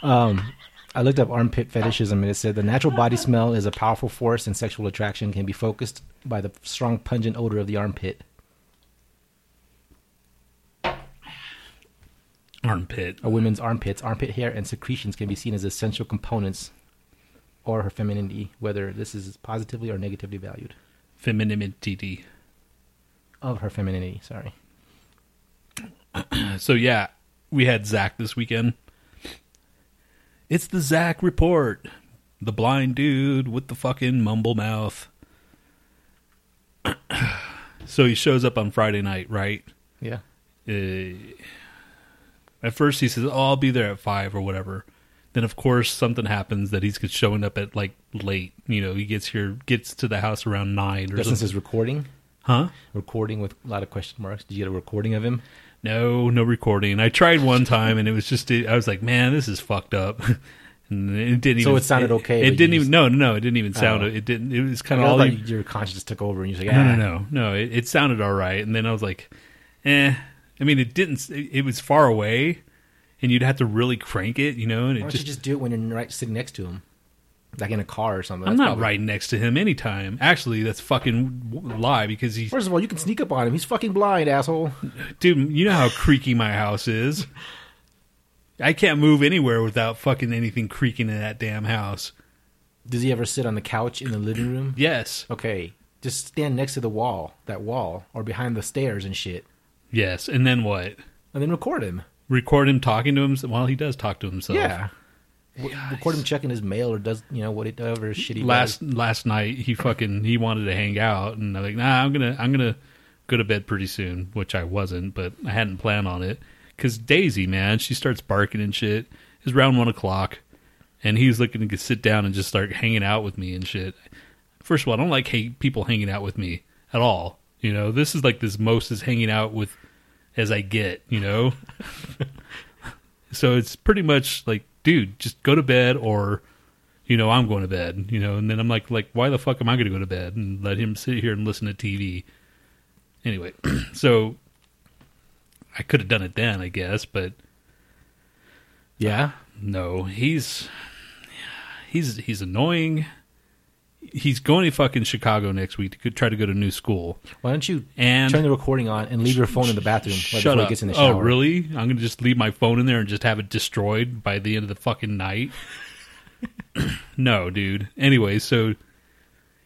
[SPEAKER 2] Um, I looked up armpit fetishism and it said the natural body smell is a powerful force and sexual attraction can be focused by the strong pungent odor of the armpit.
[SPEAKER 1] Armpit.
[SPEAKER 2] A woman's armpits, armpit hair, and secretions can be seen as essential components or her femininity, whether this is positively or negatively valued.
[SPEAKER 1] Femininity.
[SPEAKER 2] Of her femininity, sorry.
[SPEAKER 1] So yeah, we had Zach this weekend. It's the Zach report. The blind dude with the fucking mumble mouth. so he shows up on Friday night, right?
[SPEAKER 2] Yeah.
[SPEAKER 1] uh, at first he says, "Oh, I'll be there at five or whatever." Then of course something happens that he's showing up at like late. You know, he gets here, gets to the house around nine or
[SPEAKER 2] Justin
[SPEAKER 1] something.
[SPEAKER 2] says recording.
[SPEAKER 1] Huh?
[SPEAKER 2] Recording with a lot of question marks. Did you get a recording of him?
[SPEAKER 1] No, no recording. I tried one time and it was just I was like, man, this is fucked up. And it didn't
[SPEAKER 2] So
[SPEAKER 1] even,
[SPEAKER 2] it sounded okay,
[SPEAKER 1] It,
[SPEAKER 2] but you
[SPEAKER 1] didn't even
[SPEAKER 2] just-
[SPEAKER 1] no no no it didn't even sound
[SPEAKER 2] Oh.
[SPEAKER 1] it didn't it was
[SPEAKER 2] I
[SPEAKER 1] kind of all
[SPEAKER 2] thought
[SPEAKER 1] you,
[SPEAKER 2] your conscience took over and you're like, ah.
[SPEAKER 1] No, no, no, no. It, it sounded all right, and then I was like, "Eh." I mean, it didn't. It, it was far away, and you'd have to really crank it, you know. And
[SPEAKER 2] Why
[SPEAKER 1] it
[SPEAKER 2] don't
[SPEAKER 1] just,
[SPEAKER 2] you just do it when you're right sitting next to him, like in a car or something?
[SPEAKER 1] I'm not
[SPEAKER 2] That's probably-
[SPEAKER 1] right next to him anytime. Actually, that's fucking w- lie because he's
[SPEAKER 2] First of all, you can sneak up on him. He's fucking blind, asshole.
[SPEAKER 1] dude. You know how creaky my house is. I can't move anywhere without fucking anything creaking in that damn house.
[SPEAKER 2] Does he ever sit on the couch in the living room?
[SPEAKER 1] Yes,
[SPEAKER 2] Okay, just stand next to the wall, that wall, or behind the stairs and shit,
[SPEAKER 1] yes. And then what?
[SPEAKER 2] and then record him.
[SPEAKER 1] Record him talking to himself. Well, he does talk to himself.
[SPEAKER 2] Yeah. W- Record him checking his mail or does you know whatever shitty
[SPEAKER 1] last last night he fucking he wanted to hang out and I'm like nah I'm gonna I'm gonna go to bed pretty soon which I wasn't but I hadn't planned on it because Daisy man she starts barking and shit it's around one o'clock and he's looking to sit down and just start hanging out with me and shit first of all I don't like hate people hanging out with me at all you know this is like this most is hanging out with as I get you know so it's pretty much like dude just go to bed or you know, I'm going to bed, you know, and then I'm like, like, why the fuck am I going to go to bed and let him sit here and listen to TV? Anyway, so I could have done it then, I guess, but
[SPEAKER 2] yeah.
[SPEAKER 1] no, he's he's he's annoying. He's going to fucking Chicago next week to go- try to go to new school.
[SPEAKER 2] Why don't you
[SPEAKER 1] And
[SPEAKER 2] turn the recording on and leave your phone in the bathroom right
[SPEAKER 1] Shut
[SPEAKER 2] before
[SPEAKER 1] up.
[SPEAKER 2] he gets in the
[SPEAKER 1] oh,
[SPEAKER 2] shower?
[SPEAKER 1] really? I'm going to just leave my phone in there and just have it destroyed by the end of the fucking night? no, dude. Anyway, so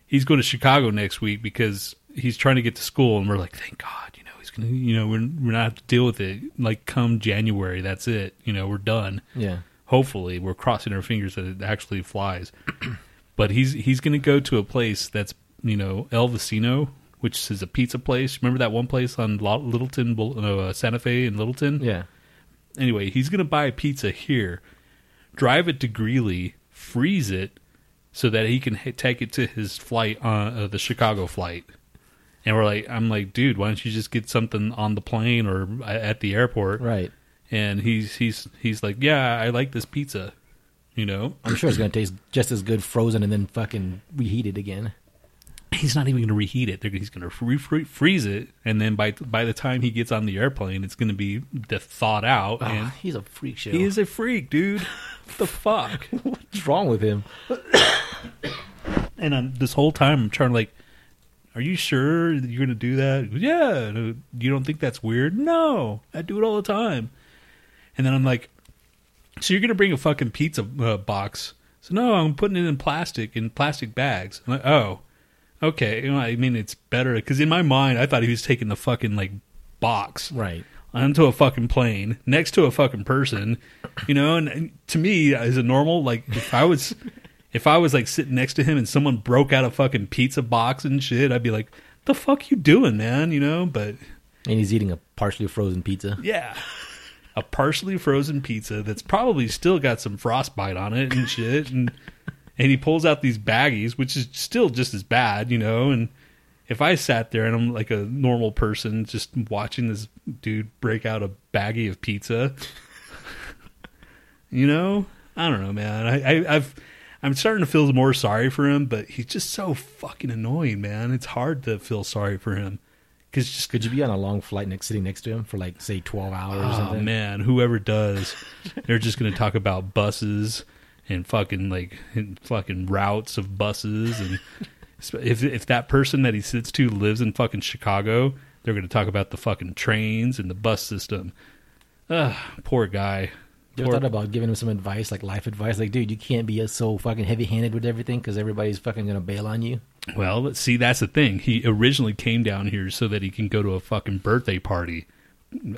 [SPEAKER 1] he's going to Chicago next week because he's trying to get to school, and we're like, thank God, you know, he's going to, you know, we're, we're not have to deal with it. Like, come January, that's it. You know, we're done
[SPEAKER 2] Yeah.
[SPEAKER 1] hopefully we're crossing our fingers that it actually flies but he's he's going to go to a place that's you know el vecino which is a pizza place remember that one place on Lo- littleton Bul- no, uh, santa fe in littleton
[SPEAKER 2] Yeah.
[SPEAKER 1] anyway he's going to buy a pizza here drive it to greeley freeze it so that he can h- take it to his flight uh, uh, the chicago flight and we're like i'm like dude why don't you just get something on the plane or a- at the airport
[SPEAKER 2] Right.
[SPEAKER 1] and he's he's he's like, yeah, I like this pizza, you know.
[SPEAKER 2] I'm sure it's gonna taste just as good frozen and then fucking reheated again.
[SPEAKER 1] He's not even going to reheat it. They're, he's going to re- fre- freeze it, and then by by the time he gets on the airplane, it's going to be de- thawed out.
[SPEAKER 2] Ah,
[SPEAKER 1] and
[SPEAKER 2] he's a freak show.
[SPEAKER 1] Uh-huh. he is a freak, dude. What the fuck.
[SPEAKER 2] What's wrong with him?
[SPEAKER 1] And I'm, this whole time, I'm trying to like, are you sure that you're going to do that? Yeah. No, You don't think that's weird? No, I do it all the time. And then I'm like, so you're going to bring a fucking pizza uh, box? So no, I'm putting it in plastic in plastic bags. I'm like, oh, okay. You know, I mean, it's better because in my mind, I thought he was taking the fucking like box
[SPEAKER 2] Right.
[SPEAKER 1] onto a fucking plane next to a fucking person, you know. And, and to me, as a normal, like if I was, if I was like sitting next to him and someone broke out a fucking pizza box and shit, I'd be like, "The fuck you doing, man?" You know. But
[SPEAKER 2] And he's eating a partially frozen pizza.
[SPEAKER 1] yeah, a partially frozen pizza that's probably still got some frostbite on it and shit, and and he pulls out these baggies, which is still just as bad, you know, and. If I sat there and I'm like a normal person just watching this dude break out a baggie of pizza, You know, I don't know, man. I, I, I've I'm starting to feel more sorry for him, but he's just so fucking annoying, man. It's hard to feel sorry for him because just
[SPEAKER 2] Could you be on a long flight next sitting next to him for like say twelve hours or
[SPEAKER 1] Oh
[SPEAKER 2] something?
[SPEAKER 1] man, whoever does, they're just going to talk about buses and fucking like and fucking routes of buses and if if that person that he sits to lives in fucking Chicago, they're going to talk about the fucking trains and the bus system. Ugh, poor guy.
[SPEAKER 2] You ever thought about giving him some advice, like life advice? Like, dude, you can't be uh, so fucking heavy handed with everything because everybody's fucking gonna bail on you.
[SPEAKER 1] Well, let's see, that's the thing. He originally came down here so that he can go to a fucking birthday party,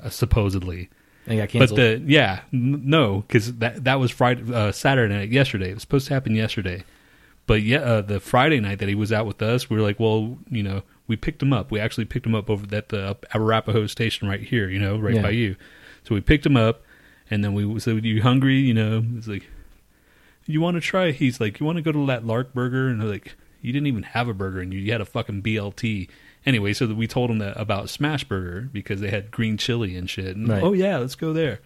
[SPEAKER 1] uh, supposedly.
[SPEAKER 2] And it got
[SPEAKER 1] But
[SPEAKER 2] canceled.
[SPEAKER 1] the yeah n- no because that that was Friday uh, Saturday night yesterday it was supposed to happen yesterday, but yeah uh, the Friday night that he was out with us we were like well you know we picked him up we actually picked him up over at the Arapahoe station right here you know right
[SPEAKER 2] Yeah.
[SPEAKER 1] by you, so we picked him up and then we so you hungry you know it's like you want to try he's like you want to go to that Lark Burger and they're like you didn't even have a burger and you, you had a fucking BLT. Anyway, so that we told him that about Smash Burger because they had green chili and shit. And,
[SPEAKER 2] Right.
[SPEAKER 1] Oh yeah, let's go there.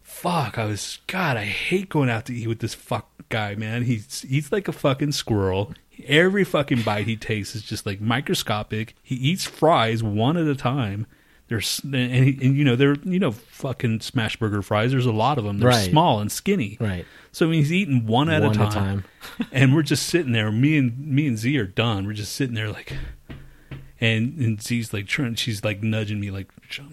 [SPEAKER 1] Fuck, I was God. I hate going out to eat with this fuck guy, man. He's he's like a fucking squirrel. Every fucking bite he takes is just like microscopic. He eats fries one at a time. There's and, he, and you know they're you know fucking smash burger fries. There's a lot of them. They're
[SPEAKER 2] Right.
[SPEAKER 1] small and skinny.
[SPEAKER 2] right.
[SPEAKER 1] So he's eating one at
[SPEAKER 2] One
[SPEAKER 1] a
[SPEAKER 2] at a
[SPEAKER 1] time, and we're just sitting there. Me and me and Z are done. We're just sitting there like, and and Z's like trying. She's like nudging me, like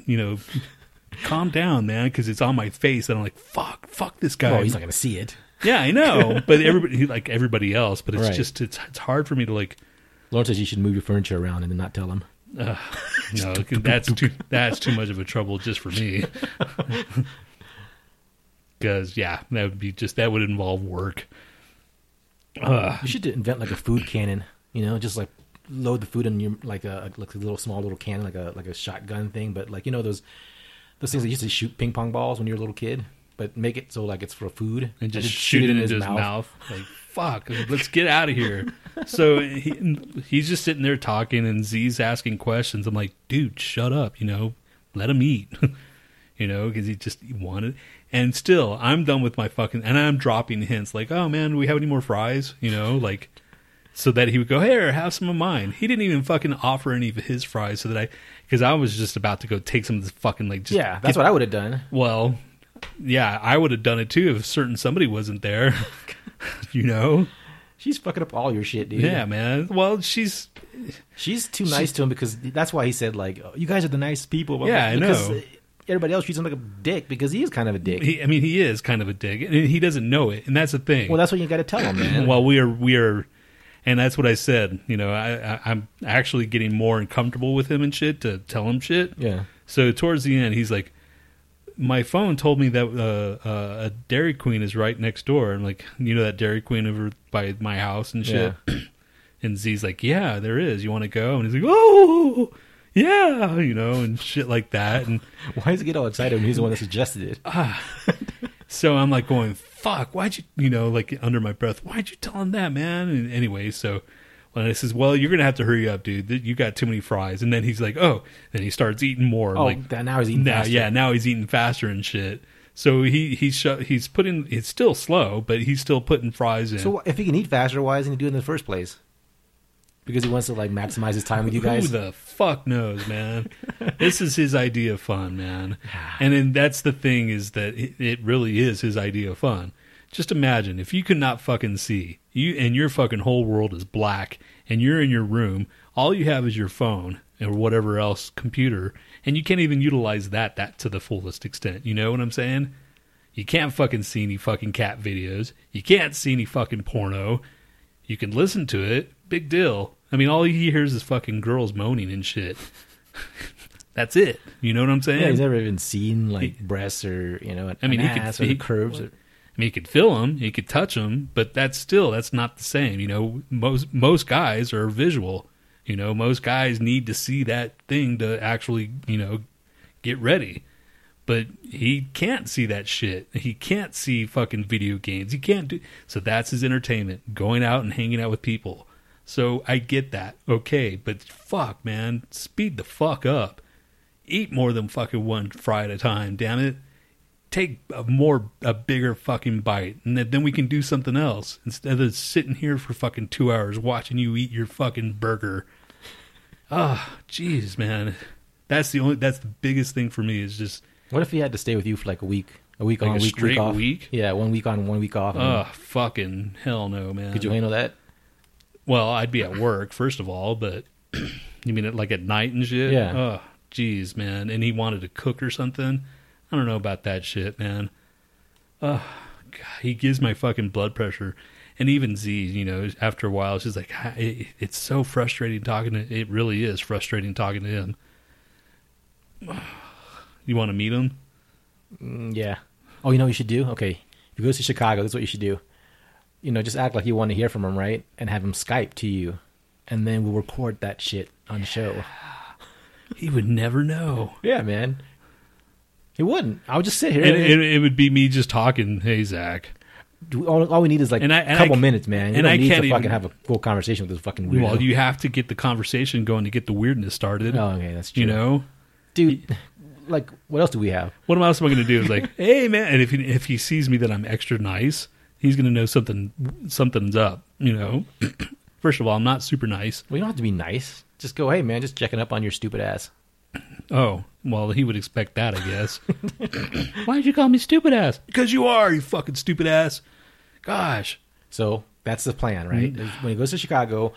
[SPEAKER 1] you know, calm down, man, because it's on my face, and I'm like, fuck, fuck this guy.
[SPEAKER 2] Oh, he's not gonna see it.
[SPEAKER 1] yeah, I know, but everybody like everybody else, but it's
[SPEAKER 2] Right.
[SPEAKER 1] just it's it's hard for me to like.
[SPEAKER 2] Lauren says you should move your furniture around and then not tell him.
[SPEAKER 1] No, that's too that's too much of a trouble just for me. Because yeah, that would be just that would involve work.
[SPEAKER 2] You should invent like a food cannon. You know, just like load the food in your like a like a little small little cannon, like a like a shotgun thing. But like you know those those things that used to shoot ping pong balls when you were a little kid. But make it so like it's for food
[SPEAKER 1] and just, shoot it into his, mouth. Like, fuck, let's get out of here. So he, he's just sitting there talking, and Z's asking questions. I'm like, dude, shut up, you know, let him eat, you know, because he just he wanted. And still, I'm done with my fucking, and I'm dropping hints like, oh man, do we have any more fries? You know, like, so that he would go, here, have some of mine. He didn't even fucking offer any of his fries so that I, because I was just about to go take some of this fucking, like, just
[SPEAKER 2] Yeah, that's
[SPEAKER 1] get
[SPEAKER 2] what I would have done.
[SPEAKER 1] well, yeah, I would have done it too if certain somebody wasn't there. you know?
[SPEAKER 2] She's fucking up all your shit, dude.
[SPEAKER 1] Yeah. man. Well, she's
[SPEAKER 2] She's too nice to him because that's why he said like, oh, "You guys are the nice people." But
[SPEAKER 1] Yeah, I
[SPEAKER 2] because
[SPEAKER 1] know.
[SPEAKER 2] Everybody else treats him like a dick because he is kind of a dick.
[SPEAKER 1] he, I mean, he is kind of a dick and he doesn't know it, and that's the thing.
[SPEAKER 2] well, that's what you got to tell him, man.
[SPEAKER 1] well, we are we are and that's what I said, you know, I, I I'm actually getting more uncomfortable with him and shit to tell him shit.
[SPEAKER 2] yeah,
[SPEAKER 1] So towards the end, he's like, "My phone told me that uh, uh, a Dairy Queen is right next door." I'm like, "You know that Dairy Queen over by my house and shit." and Z's like, "Yeah, there is. You want to go?" And he's like, "Oh, yeah," you know, and shit like that. And
[SPEAKER 2] why does he get all excited when he's the one that suggested it?
[SPEAKER 1] so I'm like going, fuck, why'd you, you know, like under my breath, why'd you tell him that, man? And anyway, so when I says, well, you're going to have to hurry up, dude. You got too many fries. And then he's like, oh, then he starts eating more.
[SPEAKER 2] Oh,
[SPEAKER 1] like
[SPEAKER 2] that- now he's eating
[SPEAKER 1] now,
[SPEAKER 2] faster.
[SPEAKER 1] Yeah, now he's eating faster and shit. So he, he sho- he's putting, it's still slow, but he's still putting fries in.
[SPEAKER 2] So if he can eat faster, why isn't he doing it in the first place? Because he wants to like maximize his time with you guys.
[SPEAKER 1] Who the fuck knows, man? this is his idea of fun, man. And then that's the thing is that it, it really is his idea of fun. Just imagine if you could not fucking see you and your fucking whole world is black and you're in your room, all you have is your phone or whatever else computer, and you can't even utilize that that to the fullest extent. You know what I'm saying? You can't fucking see any fucking cat videos. You can't see any fucking porno. You can listen to it. Big deal. I mean, all he hears is fucking girls moaning and shit. That's it. You know what I'm saying?
[SPEAKER 2] yeah, he's never even seen like breasts or you know an,
[SPEAKER 1] I mean,
[SPEAKER 2] an
[SPEAKER 1] he could-
[SPEAKER 2] ass or
[SPEAKER 1] he-
[SPEAKER 2] the curves. Or,
[SPEAKER 1] I mean, you could feel them, you could touch them, but that's still that's not the same. You know, most most guys are visual. You know, most guys need to see that thing to actually you know get ready. But he can't see that shit. He can't see fucking video games. He can't do so. That's his entertainment: going out and hanging out with people. So I get that, okay. But fuck, man, speed the fuck up. Eat more than fucking one fry at a time. Damn it take a more a bigger fucking bite, and then then we can do something else instead of sitting here for fucking two hours watching you eat your fucking burger. Ah, jeez, man, that's the only that's the biggest thing for me is just
[SPEAKER 2] What if he had to stay with you for like a week, a week
[SPEAKER 1] Like
[SPEAKER 2] on,
[SPEAKER 1] a
[SPEAKER 2] a week,
[SPEAKER 1] straight
[SPEAKER 2] week off?
[SPEAKER 1] week?
[SPEAKER 2] Yeah, one week on, one week off.
[SPEAKER 1] ah fucking hell no, man.
[SPEAKER 2] Mm. Could you handle that?
[SPEAKER 1] Well, I'd be at work first of all, but you mean it like at night and shit?
[SPEAKER 2] Yeah.
[SPEAKER 1] Oh, jeez, man. And he wanted to cook or something. I don't know about that shit, man. Oh, God, he gives my fucking blood pressure. And even Z, you know, after a while, she's like, "Ah, it, "It's so frustrating talking to. It really is frustrating talking to him." You want to meet him?
[SPEAKER 2] Mm, yeah. Oh, you know what you should do? Okay. If he goes to Chicago, this is what you should do. You know, just act like you want to hear from him, right? And have him Skype to you. And then we'll record that shit on the show.
[SPEAKER 1] He would never know.
[SPEAKER 2] Yeah, man. He wouldn't. I would just sit here.
[SPEAKER 1] And
[SPEAKER 2] And,
[SPEAKER 1] it, it would be me just talking. Hey, Zach.
[SPEAKER 2] do- all, all we need is like
[SPEAKER 1] And I-
[SPEAKER 2] a
[SPEAKER 1] and
[SPEAKER 2] couple
[SPEAKER 1] I-
[SPEAKER 2] minutes, man. You
[SPEAKER 1] and
[SPEAKER 2] don't
[SPEAKER 1] I
[SPEAKER 2] need
[SPEAKER 1] can't
[SPEAKER 2] to fucking
[SPEAKER 1] even-
[SPEAKER 2] have a full conversation with this fucking weirdo.
[SPEAKER 1] Well, you have to get the conversation going to get the weirdness started.
[SPEAKER 2] Oh, okay, that's true.
[SPEAKER 1] You know,
[SPEAKER 2] dude, like, what else do we have?
[SPEAKER 1] what else am I going to do? Is like, hey man, and if he, if he sees me that I'm extra nice, he's going to know something something's up. You know, first of all, I'm not super nice.
[SPEAKER 2] Well, you don't have to be nice. Just go, hey, man, just checking up on your stupid ass.
[SPEAKER 1] Oh, well, he would expect that, I guess. Why'd you call me stupid ass? Because you are, you fucking stupid ass. Gosh,
[SPEAKER 2] So that's the plan, right? When he goes to Chicago,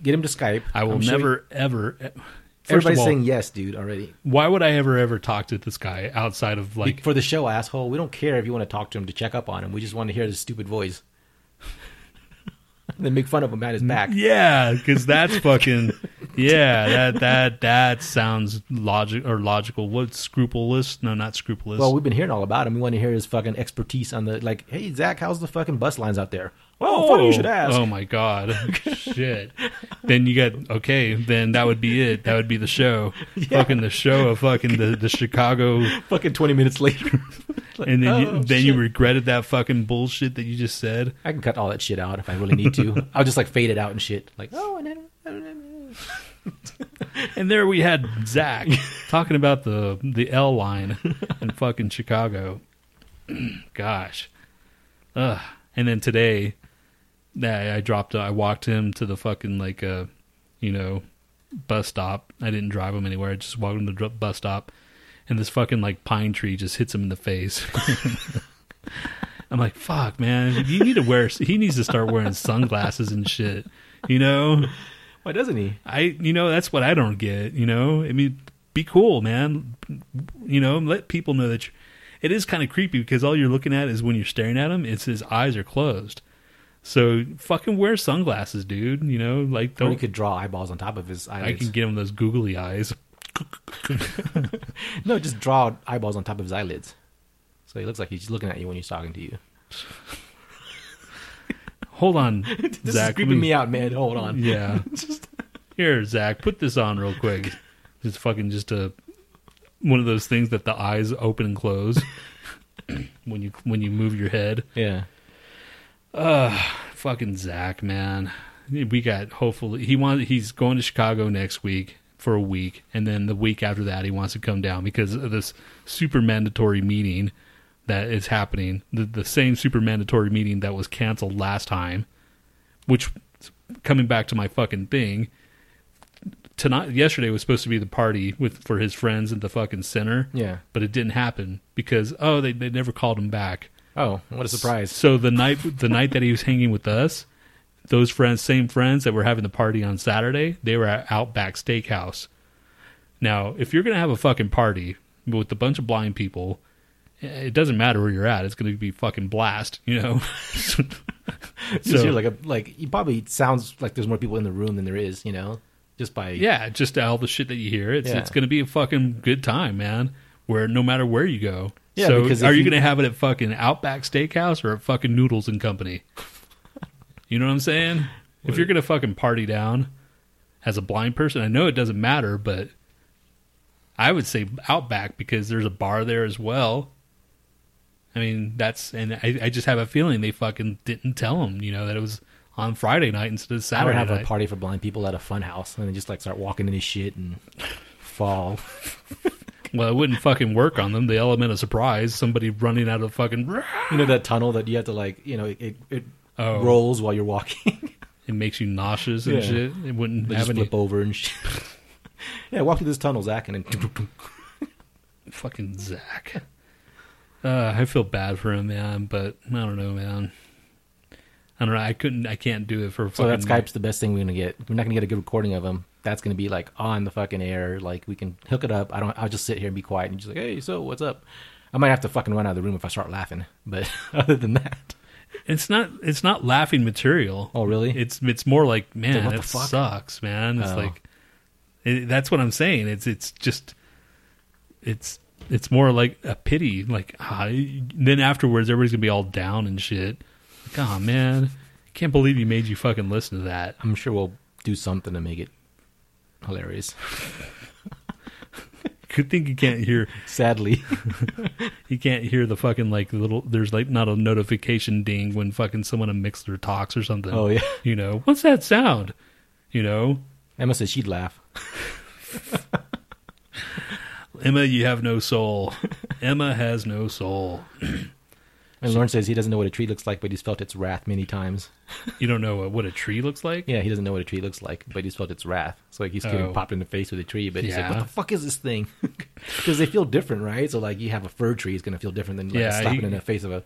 [SPEAKER 2] get him to Skype.
[SPEAKER 1] Mm-hmm. I will
[SPEAKER 2] I'm sure
[SPEAKER 1] never ever. First
[SPEAKER 2] he- everybody's
[SPEAKER 1] of all,
[SPEAKER 2] saying yes, dude, already.
[SPEAKER 1] why would I ever ever talk to this guy outside of like
[SPEAKER 2] For the show, asshole. We don't care if you want to talk to him to check up on him. We just want to hear his stupid voice. then make fun of him at his back.
[SPEAKER 1] Yeah, because that's fucking. Yeah, that that that sounds logic or logical. What scrupulous? No, not scrupulous.
[SPEAKER 2] Well, we've been hearing all about him. We want to hear his fucking expertise on the like. Hey, Zach, how's the fucking bus lines out there? Well, funny you should ask.
[SPEAKER 1] Oh my god, shit. Then you get okay. Then that would be it. That would be the show. Fucking the show of fucking the, the Chicago,
[SPEAKER 2] fucking twenty minutes later,
[SPEAKER 1] and then
[SPEAKER 2] oh,
[SPEAKER 1] you, then you
[SPEAKER 2] shit.
[SPEAKER 1] regretted that fucking bullshit that you just said.
[SPEAKER 2] I can cut all that shit out if I really need to. I'll just like fade it out and shit. Like, oh, and then,
[SPEAKER 1] And there we had Zach talking about the the L line in fucking Chicago. Gosh, Ugh. and then today, I, I dropped. I walked him to the fucking like uh, you know, bus stop. I didn't drive him anywhere. I just walked him to the dr- bus stop, and this fucking like pine tree just hits him in the face. I'm like, fuck, man. You need to wear. He needs to start wearing sunglasses and shit. You know,
[SPEAKER 2] why doesn't he?
[SPEAKER 1] I you know that's what I don't get. You know, I mean, be cool, man. You know, let people know that you're, it is kind of creepy because all you're looking at is when you're staring at him. It's his eyes are closed. So fucking wear sunglasses, dude. You know, like
[SPEAKER 2] Or
[SPEAKER 1] don't.
[SPEAKER 2] he could draw eyeballs on top of his
[SPEAKER 1] I
[SPEAKER 2] eyelids.
[SPEAKER 1] can get him those googly eyes.
[SPEAKER 2] No, just draw eyeballs on top of his eyelids. So he looks like he's looking at you when he's talking to you.
[SPEAKER 1] Hold on,
[SPEAKER 2] This
[SPEAKER 1] Zach.
[SPEAKER 2] is creeping me out, man. Hold on.
[SPEAKER 1] Yeah. Here, Zach, put this on real quick. It's fucking just a one of those things that the eyes open and close when you when you move your head.
[SPEAKER 2] Yeah.
[SPEAKER 1] fucking Zach, man. We got hopefully he wants he's going to Chicago next week for a week, and then the week after that he wants to come down because of this super mandatory meeting that is happening. The, the same super mandatory meeting that was canceled last time, which coming back to my fucking thing. Tonight, yesterday was supposed to be the party with for his friends at the fucking center,
[SPEAKER 2] Yeah.
[SPEAKER 1] but it didn't happen because oh they they never called him back.
[SPEAKER 2] Oh, what a surprise.
[SPEAKER 1] So the night the night that he was hanging with us, those friends, same friends that were having the party on Saturday, they were at Outback Steakhouse. Now, if you're gonna have a fucking party with a bunch of blind people, it doesn't matter where you're at. It's gonna be fucking blast, you know. so
[SPEAKER 2] Just hear like a like he probably sounds like there's more people in the room than there is, you know? Just by
[SPEAKER 1] yeah, just all the shit that you hear, it's
[SPEAKER 2] Yeah.
[SPEAKER 1] it's gonna be a fucking good time, man. Where no matter where you go.
[SPEAKER 2] Yeah,
[SPEAKER 1] so
[SPEAKER 2] because if
[SPEAKER 1] are you,
[SPEAKER 2] you-
[SPEAKER 1] gonna have it at fucking Outback Steakhouse or at fucking Noodles and Company? You know what I'm saying? If you're gonna fucking party down as a blind person, I know it doesn't matter, but I would say Outback because there's a bar there as well. I mean, that's and I, I just have a feeling they fucking didn't tell him, you know, that it was on Friday night instead of
[SPEAKER 2] I would
[SPEAKER 1] Saturday
[SPEAKER 2] have
[SPEAKER 1] night.
[SPEAKER 2] a party for blind people at a fun house and then just like start walking into shit and fall.
[SPEAKER 1] Well, it wouldn't fucking work on them. The element of surprise, somebody running out of fucking.
[SPEAKER 2] You know that tunnel that you have to like, you know, it it
[SPEAKER 1] Oh.
[SPEAKER 2] rolls while you're walking.
[SPEAKER 1] It makes you nauseous and
[SPEAKER 2] Yeah.
[SPEAKER 1] shit. It wouldn't
[SPEAKER 2] they
[SPEAKER 1] have
[SPEAKER 2] just
[SPEAKER 1] any
[SPEAKER 2] flip over and shit. yeah, walk through this tunnel, Zach, and then
[SPEAKER 1] fucking Zach. Uh, I feel bad for him, man. But I don't know, man. I don't know. I couldn't. I can't do it for
[SPEAKER 2] so
[SPEAKER 1] fucking.
[SPEAKER 2] that Skype's the best thing we're gonna get. We're not gonna get a good recording of him. That's gonna be like on the fucking air. Like we can hook it up. I don't. I'll just sit here and be quiet and just like, hey, so what's up? I might have to fucking run out of the room if I start laughing. But other than that,
[SPEAKER 1] It's not. It's not laughing material.
[SPEAKER 2] oh really?
[SPEAKER 1] It's it's more like man,
[SPEAKER 2] Dude, what the
[SPEAKER 1] it
[SPEAKER 2] fuck?
[SPEAKER 1] sucks, man. It's
[SPEAKER 2] Oh.
[SPEAKER 1] like it, that's what I'm saying. It's it's just it's it's more like a pity. Like ah, then afterwards, everybody's gonna be all down and shit. Like, oh man, can't believe he made you fucking listen to that.
[SPEAKER 2] I'm sure we'll do something to make it hilarious.
[SPEAKER 1] Good thing you can't hear.
[SPEAKER 2] Sadly,
[SPEAKER 1] You can't hear the fucking like little. There's like not a notification ding when fucking someone on Mixler talks or something.
[SPEAKER 2] Oh, yeah.
[SPEAKER 1] You know what's that sound? You know,
[SPEAKER 2] Emma said she'd laugh.
[SPEAKER 1] Emma, you have no soul. Emma has no soul.
[SPEAKER 2] And Lauren says he doesn't know what a tree looks like, but he's felt its wrath many times.
[SPEAKER 1] You don't know what, what a tree looks like?
[SPEAKER 2] Yeah, he doesn't know what a tree looks like, but he's felt its wrath. So like he's
[SPEAKER 1] Oh.
[SPEAKER 2] getting popped in the face with a tree, but he's like, "What
[SPEAKER 1] Yeah.
[SPEAKER 2] the fuck is this thing?" Because they feel different, right? So like you have a fir tree, it's gonna feel different than like
[SPEAKER 1] Yeah,
[SPEAKER 2] slapping
[SPEAKER 1] you-
[SPEAKER 2] in the face of a,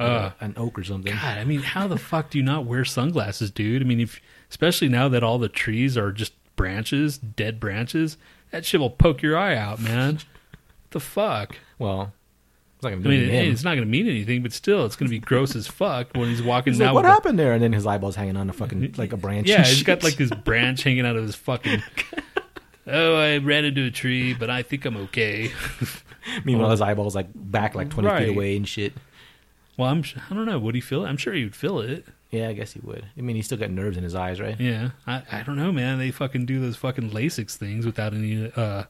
[SPEAKER 1] Uh.
[SPEAKER 2] an oak or something.
[SPEAKER 1] God, I mean, how the fuck do you not wear sunglasses, dude? I mean, if especially now that all the trees are just branches, dead branches, that shit will poke your eye out, man. the fuck?
[SPEAKER 2] Well, it's not gonna
[SPEAKER 1] I
[SPEAKER 2] do
[SPEAKER 1] mean,
[SPEAKER 2] anything. to
[SPEAKER 1] it-
[SPEAKER 2] him.
[SPEAKER 1] it's not going to mean anything, but still, it's going to be gross as fuck when he's walking
[SPEAKER 2] He's
[SPEAKER 1] down.
[SPEAKER 2] like, what
[SPEAKER 1] with a-
[SPEAKER 2] happened there? And then his eyeballs hanging on a fucking like a branch.
[SPEAKER 1] yeah,
[SPEAKER 2] and
[SPEAKER 1] he's
[SPEAKER 2] shit.
[SPEAKER 1] got like this branch hanging out of his fucking. Oh, I ran into a tree, but I think I'm okay.
[SPEAKER 2] meanwhile his eyeballs like back like twenty
[SPEAKER 1] oh. Right.
[SPEAKER 2] feet away and shit.
[SPEAKER 1] Well, I'm. su- I don't know. Would he feel it? I'm sure he would feel it.
[SPEAKER 2] Yeah, I guess he would. I mean, he's still got nerves in his eyes, right?
[SPEAKER 1] Yeah, I, I don't know, man. They fucking do those fucking Lasix things without any uh,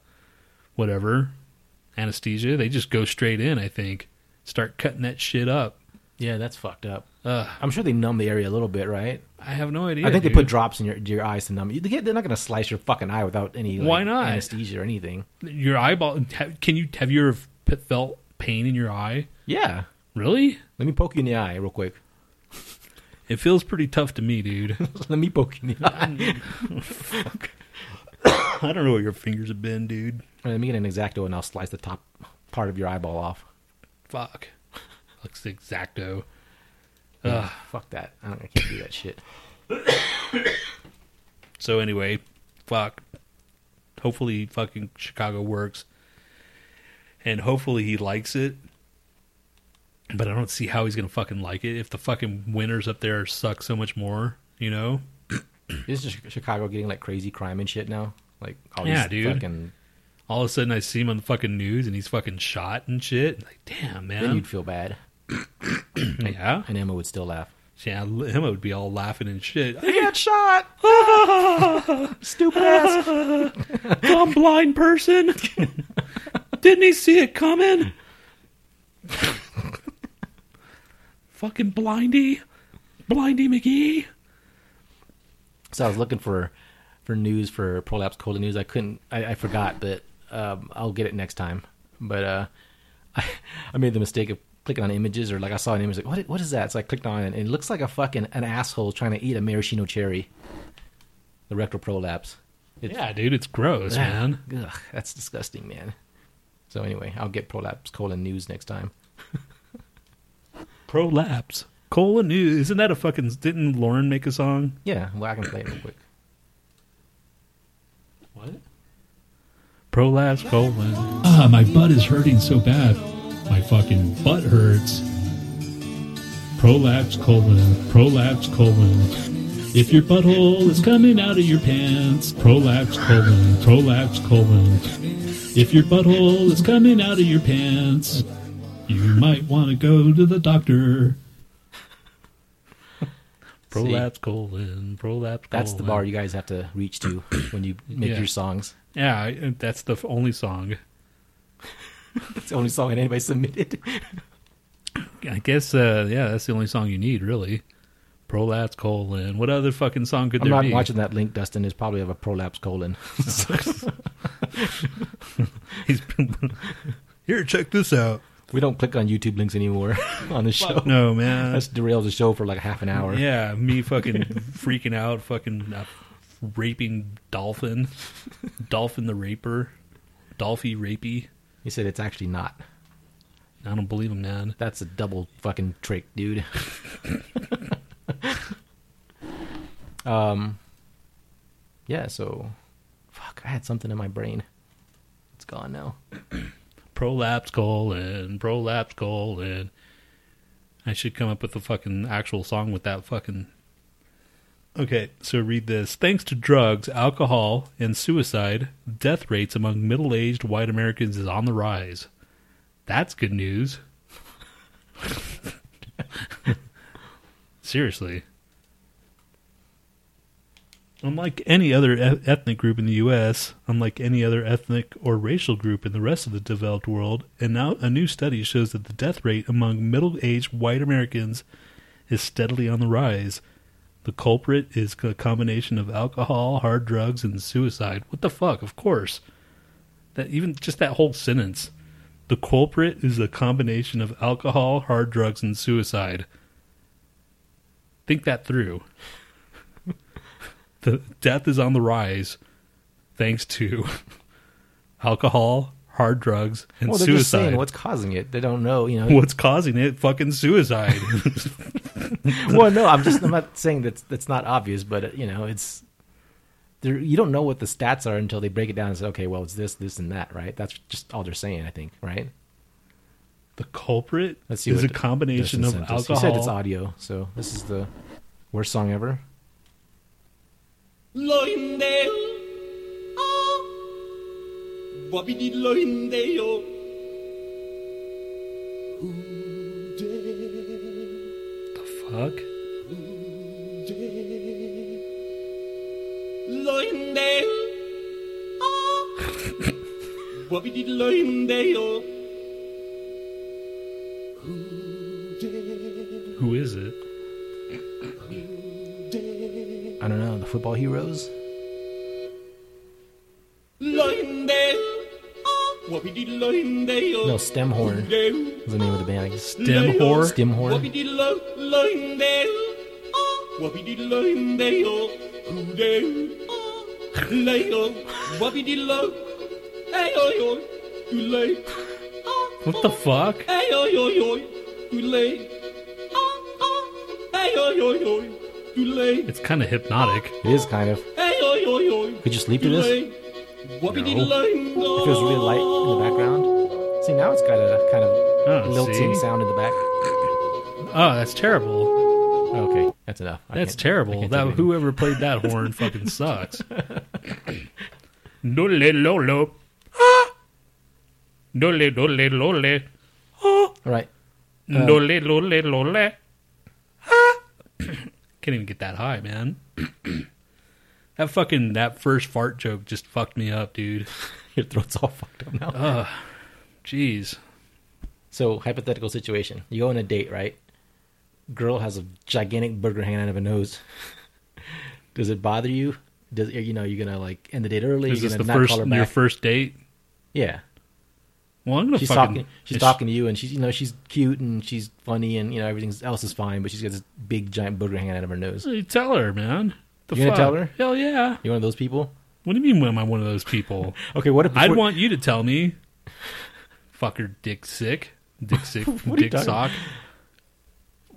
[SPEAKER 1] whatever anesthesia. They just go straight in. I think start cutting that shit up.
[SPEAKER 2] Yeah, that's fucked up.
[SPEAKER 1] Uh,
[SPEAKER 2] I'm sure they numb the area a little bit, right?
[SPEAKER 1] I have no idea.
[SPEAKER 2] I think
[SPEAKER 1] dude.
[SPEAKER 2] they put drops in your your eyes to numb you. They get- They're not going to slice your fucking eye without any like,
[SPEAKER 1] Why not?
[SPEAKER 2] anesthesia or anything.
[SPEAKER 1] your eyeball. Have, can you have you ever p- felt pain in your eye?
[SPEAKER 2] Yeah,
[SPEAKER 1] Really?
[SPEAKER 2] let me poke you in the eye real quick.
[SPEAKER 1] It feels pretty tough to me, dude.
[SPEAKER 2] let me poke you in the eye.
[SPEAKER 1] I don't know where your fingers have been, dude.
[SPEAKER 2] let me get an exacto and I'll slice the top part of your eyeball off.
[SPEAKER 1] Fuck. Looks exacto.
[SPEAKER 2] Fuck that. I, don't, I can't do that shit.
[SPEAKER 1] So anyway, fuck. Hopefully, fucking Chicago works, and hopefully he likes it. But I don't see how he's gonna fucking like it if the fucking winters up there suck so much more. You know?
[SPEAKER 2] Is Chi- Chicago getting like crazy crime and shit now? Like all
[SPEAKER 1] Yeah,
[SPEAKER 2] these
[SPEAKER 1] dude.
[SPEAKER 2] fucking.
[SPEAKER 1] All of a sudden, I see him on the fucking news, and he's fucking shot and shit. Like, damn,
[SPEAKER 2] Then
[SPEAKER 1] man.
[SPEAKER 2] you'd feel bad,
[SPEAKER 1] Yeah,
[SPEAKER 2] and Emma would still laugh.
[SPEAKER 1] yeah. Him would be all laughing and shit.
[SPEAKER 2] You got shot. Stupid ass.
[SPEAKER 1] Dumb blind person. Didn't he see it coming? Fucking blindy. Blindy McGee.
[SPEAKER 2] So I was looking for for news for prolapse colon news. I couldn't. I, I forgot, but um, I'll get it next time. But uh, I, I made the mistake of clicking on images, or like I saw an image, like what what is that? So I clicked on it, and it looks like a fucking an asshole trying to eat a maraschino cherry. The rectal prolapse. It's,
[SPEAKER 1] Yeah, dude, it's gross, man.
[SPEAKER 2] Ugh, that's disgusting, man. So anyway, I'll get prolapse colon news next time.
[SPEAKER 1] Prolapse. Cola News. Isn't that a fucking. Didn't Lauren make a song?
[SPEAKER 2] Yeah, well I can play it real quick.
[SPEAKER 1] What? Prolapse colon.
[SPEAKER 3] Ah, my butt is hurting so bad. My fucking butt hurts. Prolapse colon, prolapse colon. If your butthole is coming out of your pants, prolapse colon, prolapse colon. If your butthole is coming out of your pants, you might want to go to the doctor.
[SPEAKER 1] Prolapse colon. Prolapse colon.
[SPEAKER 2] That's the bar you guys have to reach to when you make
[SPEAKER 1] Yeah.
[SPEAKER 2] your songs.
[SPEAKER 1] Yeah, I- that's the f- only song.
[SPEAKER 2] It's the only song that anybody submitted.
[SPEAKER 1] I guess, uh, yeah, that's the only song you need, really. Prolapse colon. What other fucking song could
[SPEAKER 2] I'm
[SPEAKER 1] there
[SPEAKER 2] not
[SPEAKER 1] be?
[SPEAKER 2] watching that link, Dustin. It's probably of a prolapse colon.
[SPEAKER 1] He's here. Check this out.
[SPEAKER 2] We don't click on YouTube links anymore on the show.
[SPEAKER 1] No man,
[SPEAKER 2] That's derailed the show for like half an hour.
[SPEAKER 1] yeah, me fucking freaking out, fucking uh, raping dolphin, dolphin the raper, Dolphy rapey.
[SPEAKER 2] He said it's actually not.
[SPEAKER 1] I don't believe him, man.
[SPEAKER 2] That's a double fucking trick, dude. um, yeah. So, fuck. I had something in my brain. It's gone now.
[SPEAKER 1] Prolapse colon, prolapse colon. I should come up with a fucking actual song with that fucking. Okay, so read this. Thanks to drugs, alcohol, and suicide, death rates among middle aged white Americans is on the rise. That's good news. Seriously. Unlike any other e- ethnic group in the U.S., unlike any other ethnic or racial group in the rest of the developed world, and now a new study shows that the death rate among middle aged white Americans is steadily on the rise. The culprit is a combination of alcohol, hard drugs, and suicide. What the fuck? Of course. That even just that whole sentence. The culprit is a combination of alcohol, hard drugs, and suicide. Think that through the death is on the rise thanks to alcohol, hard drugs, and
[SPEAKER 2] well, they're just
[SPEAKER 1] suicide.
[SPEAKER 2] saying what's causing it. They don't know. You know.
[SPEAKER 1] What's causing it? Fucking suicide.
[SPEAKER 2] well, no, I'm just I'm not saying that's that's not obvious, but uh, you know, it's there. You don't know what the stats are until they break it down and say, okay, well, it's this, this, and that, right? That's just all they're saying, I think, right?
[SPEAKER 1] the culprit
[SPEAKER 2] Let's see
[SPEAKER 1] is
[SPEAKER 2] what
[SPEAKER 1] a combination
[SPEAKER 2] Justin
[SPEAKER 1] of
[SPEAKER 2] sent us.
[SPEAKER 1] alcohol.
[SPEAKER 2] He said it's audio, so this is the worst song ever.
[SPEAKER 6] Loindeyo. Ah. Wabidi loindeyo. Ude,
[SPEAKER 1] Fuck.
[SPEAKER 6] ude. Loindeyo. Ah. Wabidi loindeyo. Ude,
[SPEAKER 1] Who is it?
[SPEAKER 6] ude.
[SPEAKER 2] I don't know the football heroes.
[SPEAKER 6] Loindeyo. Ah. Wabidi loindeyo.
[SPEAKER 2] No, stem horn
[SPEAKER 6] Ude.
[SPEAKER 2] is the name of the band. I guess.
[SPEAKER 1] Stem whore?
[SPEAKER 2] Stem horn.
[SPEAKER 6] Ah. Ah.
[SPEAKER 1] What the fuck?
[SPEAKER 6] oh, oh,
[SPEAKER 1] It's kind of hypnotic.
[SPEAKER 2] It is kind of.
[SPEAKER 6] oh,
[SPEAKER 2] Could you sleep to this? It feels really light in the background. See, now it's got a kind of
[SPEAKER 1] Oh,
[SPEAKER 2] lilting
[SPEAKER 1] see?
[SPEAKER 2] sound in the back.
[SPEAKER 1] Oh, that's terrible.
[SPEAKER 2] Okay, that's enough. I
[SPEAKER 1] That's
[SPEAKER 2] can't- I
[SPEAKER 1] terrible.
[SPEAKER 2] can't
[SPEAKER 1] That
[SPEAKER 2] take it
[SPEAKER 1] whoever played that horn fucking sucks. Dole lolo. Dole dole lole.
[SPEAKER 2] anymore. All right. Um,
[SPEAKER 1] Lole, lole, lole. Can't even get that high, man. that fucking that first fart joke just fucked me up, dude.
[SPEAKER 2] Your throat's all fucked up now.
[SPEAKER 1] Jeez.
[SPEAKER 2] So hypothetical situation: you go on a date, right? Girl has a gigantic burger hanging out of her nose. Does it bother you? Does you know you're gonna like end the date early?
[SPEAKER 1] Is
[SPEAKER 2] you're
[SPEAKER 1] this
[SPEAKER 2] gonna
[SPEAKER 1] the
[SPEAKER 2] not
[SPEAKER 1] first
[SPEAKER 2] call her
[SPEAKER 1] your
[SPEAKER 2] back?
[SPEAKER 1] first date?
[SPEAKER 2] yeah,
[SPEAKER 1] Well, I'm gonna
[SPEAKER 2] she's
[SPEAKER 1] fucking.
[SPEAKER 2] talking. She's
[SPEAKER 1] is-
[SPEAKER 2] talking to you, and she's you know she's cute and she's funny, and you know everything else is fine, but she's got this big giant burger hanging out of her nose.
[SPEAKER 1] You tell her, man. The
[SPEAKER 2] You gonna
[SPEAKER 1] fuck?
[SPEAKER 2] tell her?
[SPEAKER 1] Hell yeah.
[SPEAKER 2] You one of those people?
[SPEAKER 1] What do you mean? Am I one of those people?
[SPEAKER 2] Okay, what if
[SPEAKER 1] I'd
[SPEAKER 2] before-
[SPEAKER 1] want you to tell me. Fucker, dick sick, dick sick,
[SPEAKER 2] What are
[SPEAKER 1] dick
[SPEAKER 2] you talking-
[SPEAKER 1] sock.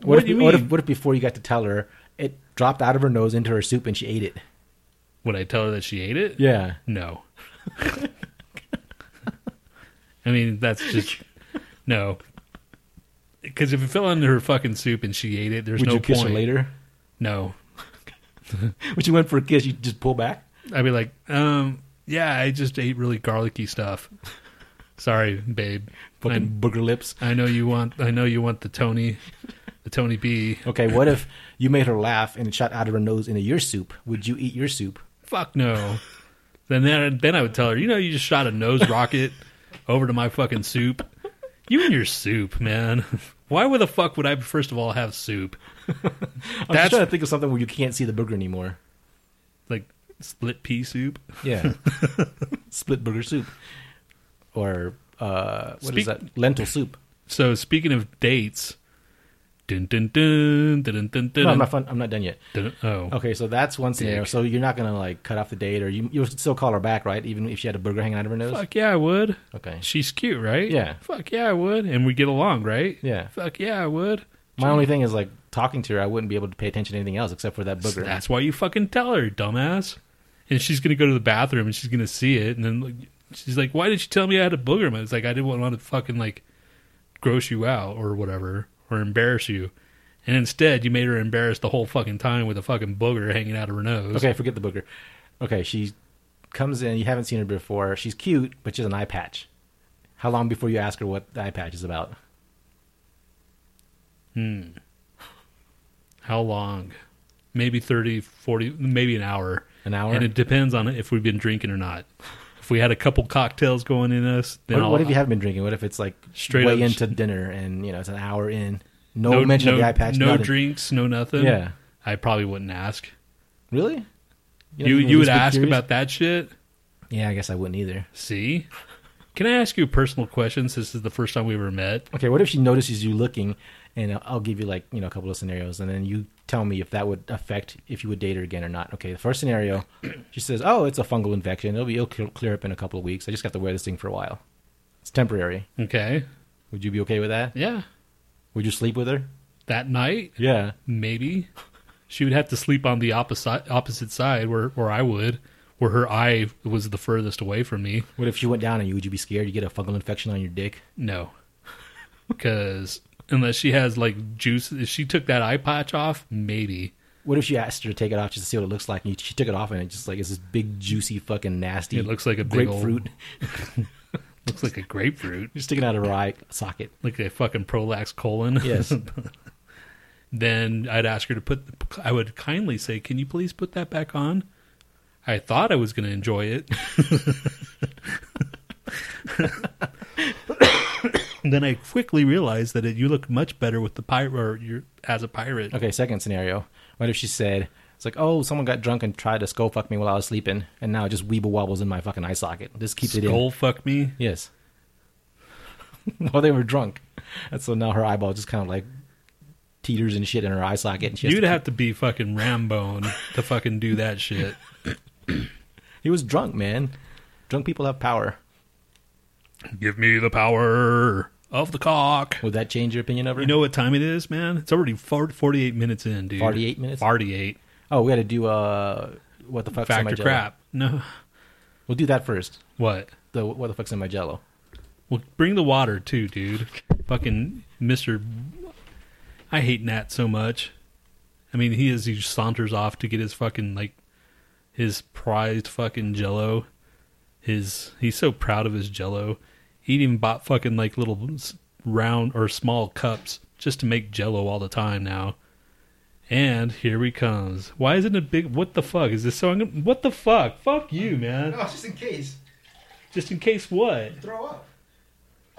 [SPEAKER 2] What,
[SPEAKER 1] what
[SPEAKER 2] if,
[SPEAKER 1] do you
[SPEAKER 2] What
[SPEAKER 1] mean?
[SPEAKER 2] if, what if before you got to tell her, it dropped out of her nose into her soup and she ate it?
[SPEAKER 1] Would I tell her that she ate it?
[SPEAKER 2] Yeah,
[SPEAKER 1] No. I mean, that's just no. Because if it fell into her fucking soup and she ate it, there's
[SPEAKER 2] would
[SPEAKER 1] no
[SPEAKER 2] you kiss
[SPEAKER 1] point.
[SPEAKER 2] her later?
[SPEAKER 1] No,
[SPEAKER 2] Would you went for a kiss? You just pull back.
[SPEAKER 1] I'd be like, um, yeah, I just ate really garlicky stuff. Sorry, babe.
[SPEAKER 2] Fucking burger lips.
[SPEAKER 1] I, I know you want. I know you want the Tony, the Tony B.
[SPEAKER 2] Okay, what if you made her laugh and it shot out of her nose into your soup? Would you eat your soup?
[SPEAKER 1] Fuck no. then then then I would tell her, you know, you just shot a nose rocket over to my fucking soup. You and your soup, man. Why would the fuck would I first of all have soup?
[SPEAKER 2] I'm
[SPEAKER 1] That's-
[SPEAKER 2] just trying to think of something where you can't see the burger anymore.
[SPEAKER 1] Like Split pea soup.
[SPEAKER 2] Yeah. Split burger soup. Or uh, what
[SPEAKER 1] Speak-
[SPEAKER 2] is that? Lentil soup.
[SPEAKER 1] So speaking of dates, dun dun dun dun dun dun.
[SPEAKER 2] No, I'm not, fun, I'm not done yet.
[SPEAKER 1] dun oh,
[SPEAKER 2] Okay, so that's one scenario. So you're not gonna like cut off the date, or you you'll still call her back, right? Even if she had a burger hanging out of her nose.
[SPEAKER 1] fuck yeah, I would.
[SPEAKER 2] Okay.
[SPEAKER 1] She's cute, right?
[SPEAKER 2] Yeah.
[SPEAKER 1] Fuck yeah, I would. And we get along, right?
[SPEAKER 2] Yeah.
[SPEAKER 1] Fuck yeah, I would.
[SPEAKER 2] My only thing is like talking to her, I wouldn't be able to pay attention to anything else except for that
[SPEAKER 1] So
[SPEAKER 2] burger.
[SPEAKER 1] that's why you fucking tell her, dumbass. And she's gonna go to the bathroom and she's gonna see it, and then like, she's like, "Why did you tell me I had a booger?" And it's like I didn't want to fucking like gross you out or whatever or embarrass you. And instead, you made her embarrassed the whole fucking time with a fucking booger hanging out of her nose.
[SPEAKER 2] Okay, forget the booger. Okay, she comes in. You haven't seen her before. She's cute, but she's an eye patch. How long before you ask her what the eye patch is about?
[SPEAKER 1] How long? Maybe 30, 40, maybe an hour.
[SPEAKER 2] An hour?
[SPEAKER 1] And it depends on if we've been drinking or not. If we had a couple cocktails going in us, then
[SPEAKER 2] What,
[SPEAKER 1] I'll,
[SPEAKER 2] what if you haven't been drinking? What if it's like
[SPEAKER 1] Straight
[SPEAKER 2] way
[SPEAKER 1] up-
[SPEAKER 2] into dinner and you know it's an hour in, no, mention
[SPEAKER 1] no,
[SPEAKER 2] of the eye patch,
[SPEAKER 1] no
[SPEAKER 2] nothing.
[SPEAKER 1] drinks, no nothing.
[SPEAKER 2] Yeah,
[SPEAKER 1] I probably wouldn't ask.
[SPEAKER 2] really? don't
[SPEAKER 1] You
[SPEAKER 2] even
[SPEAKER 1] you would
[SPEAKER 2] just be
[SPEAKER 1] ask
[SPEAKER 2] curious?
[SPEAKER 1] about that shit.
[SPEAKER 2] Yeah, I guess I wouldn't either.
[SPEAKER 1] See, can I ask you a personal question? Since this is the first time we ever met.
[SPEAKER 2] Okay, what if she notices you looking, and I'll- I'll give you like you know a couple of scenarios, and then you tell me if that would affect if you would date her again or not. Okay, the first scenario, she says, "Oh, it's a fungal infection. It'll be it'll cl- clear up in a couple of weeks. I just have to wear this thing for a while. It's temporary.
[SPEAKER 1] Okay,
[SPEAKER 2] Would you be okay with that?
[SPEAKER 1] yeah,
[SPEAKER 2] Would you sleep with her?
[SPEAKER 1] that night
[SPEAKER 2] Yeah.
[SPEAKER 1] maybe she would have to sleep on the opposite opposite side where where I would, where her eye was the furthest away from me.
[SPEAKER 2] What if she went down on you? Would you be scared you get a fungal infection on your dick?
[SPEAKER 1] No, because unless she has like juice, if she took that eye patch off, maybe.
[SPEAKER 2] What if you asked her to take it off just to see what it looks like, and you, she took it off, and it just like it's this big juicy fucking nasty.
[SPEAKER 1] It looks like a big old-
[SPEAKER 2] grapefruit
[SPEAKER 1] Looks like a grapefruit,
[SPEAKER 2] just sticking out of her eye socket.
[SPEAKER 1] like a fucking prolax colon.
[SPEAKER 2] Yes.
[SPEAKER 1] then I'd ask her to put. I would kindly say, "Can you please put that back on?" I thought I was going to enjoy it. And then I quickly realized that it, you look much better with the pirate or you're, as a pirate.
[SPEAKER 2] Okay, second scenario. What if she said, it's like, oh, someone got drunk and tried to skull fuck me while I was sleeping, and now it just weeble wobbles in my fucking eye socket. This keeps it in.
[SPEAKER 1] Skull fuck me.
[SPEAKER 2] Yes. while they were drunk. And so now her eyeball just kind of like teeters and shit in her eye socket. And she has
[SPEAKER 1] You'd
[SPEAKER 2] to-
[SPEAKER 1] have to be fucking Rambo to fucking do that shit.
[SPEAKER 2] He was drunk, man. Drunk people have power.
[SPEAKER 1] Give me the power of the cock.
[SPEAKER 2] Would that change your opinion of her?
[SPEAKER 1] You know what time it is, man? It's already 40, 48 minutes in, dude.
[SPEAKER 2] 48 minutes?
[SPEAKER 1] 48.
[SPEAKER 2] oh, we got to do, uh, what the fuck's in my
[SPEAKER 1] Factor
[SPEAKER 2] jello.
[SPEAKER 1] crap. No.
[SPEAKER 2] We'll do that first.
[SPEAKER 1] What?
[SPEAKER 2] The what the fuck's in my jello.
[SPEAKER 1] Well, bring the water too, dude. Fucking Mister. I hate Nat so much. I mean, he is he saunters off to get his fucking like his prized fucking Jello. His he's so proud of his Jello. He even bought fucking like little s- round or small cups just to make Jello all the time now. And here he comes. Why isn't it big? What the fuck is this? So I'm gonna, what the fuck? Fuck you, man.
[SPEAKER 4] No, Oh, just in case.
[SPEAKER 1] Just in case what?
[SPEAKER 4] Throw up.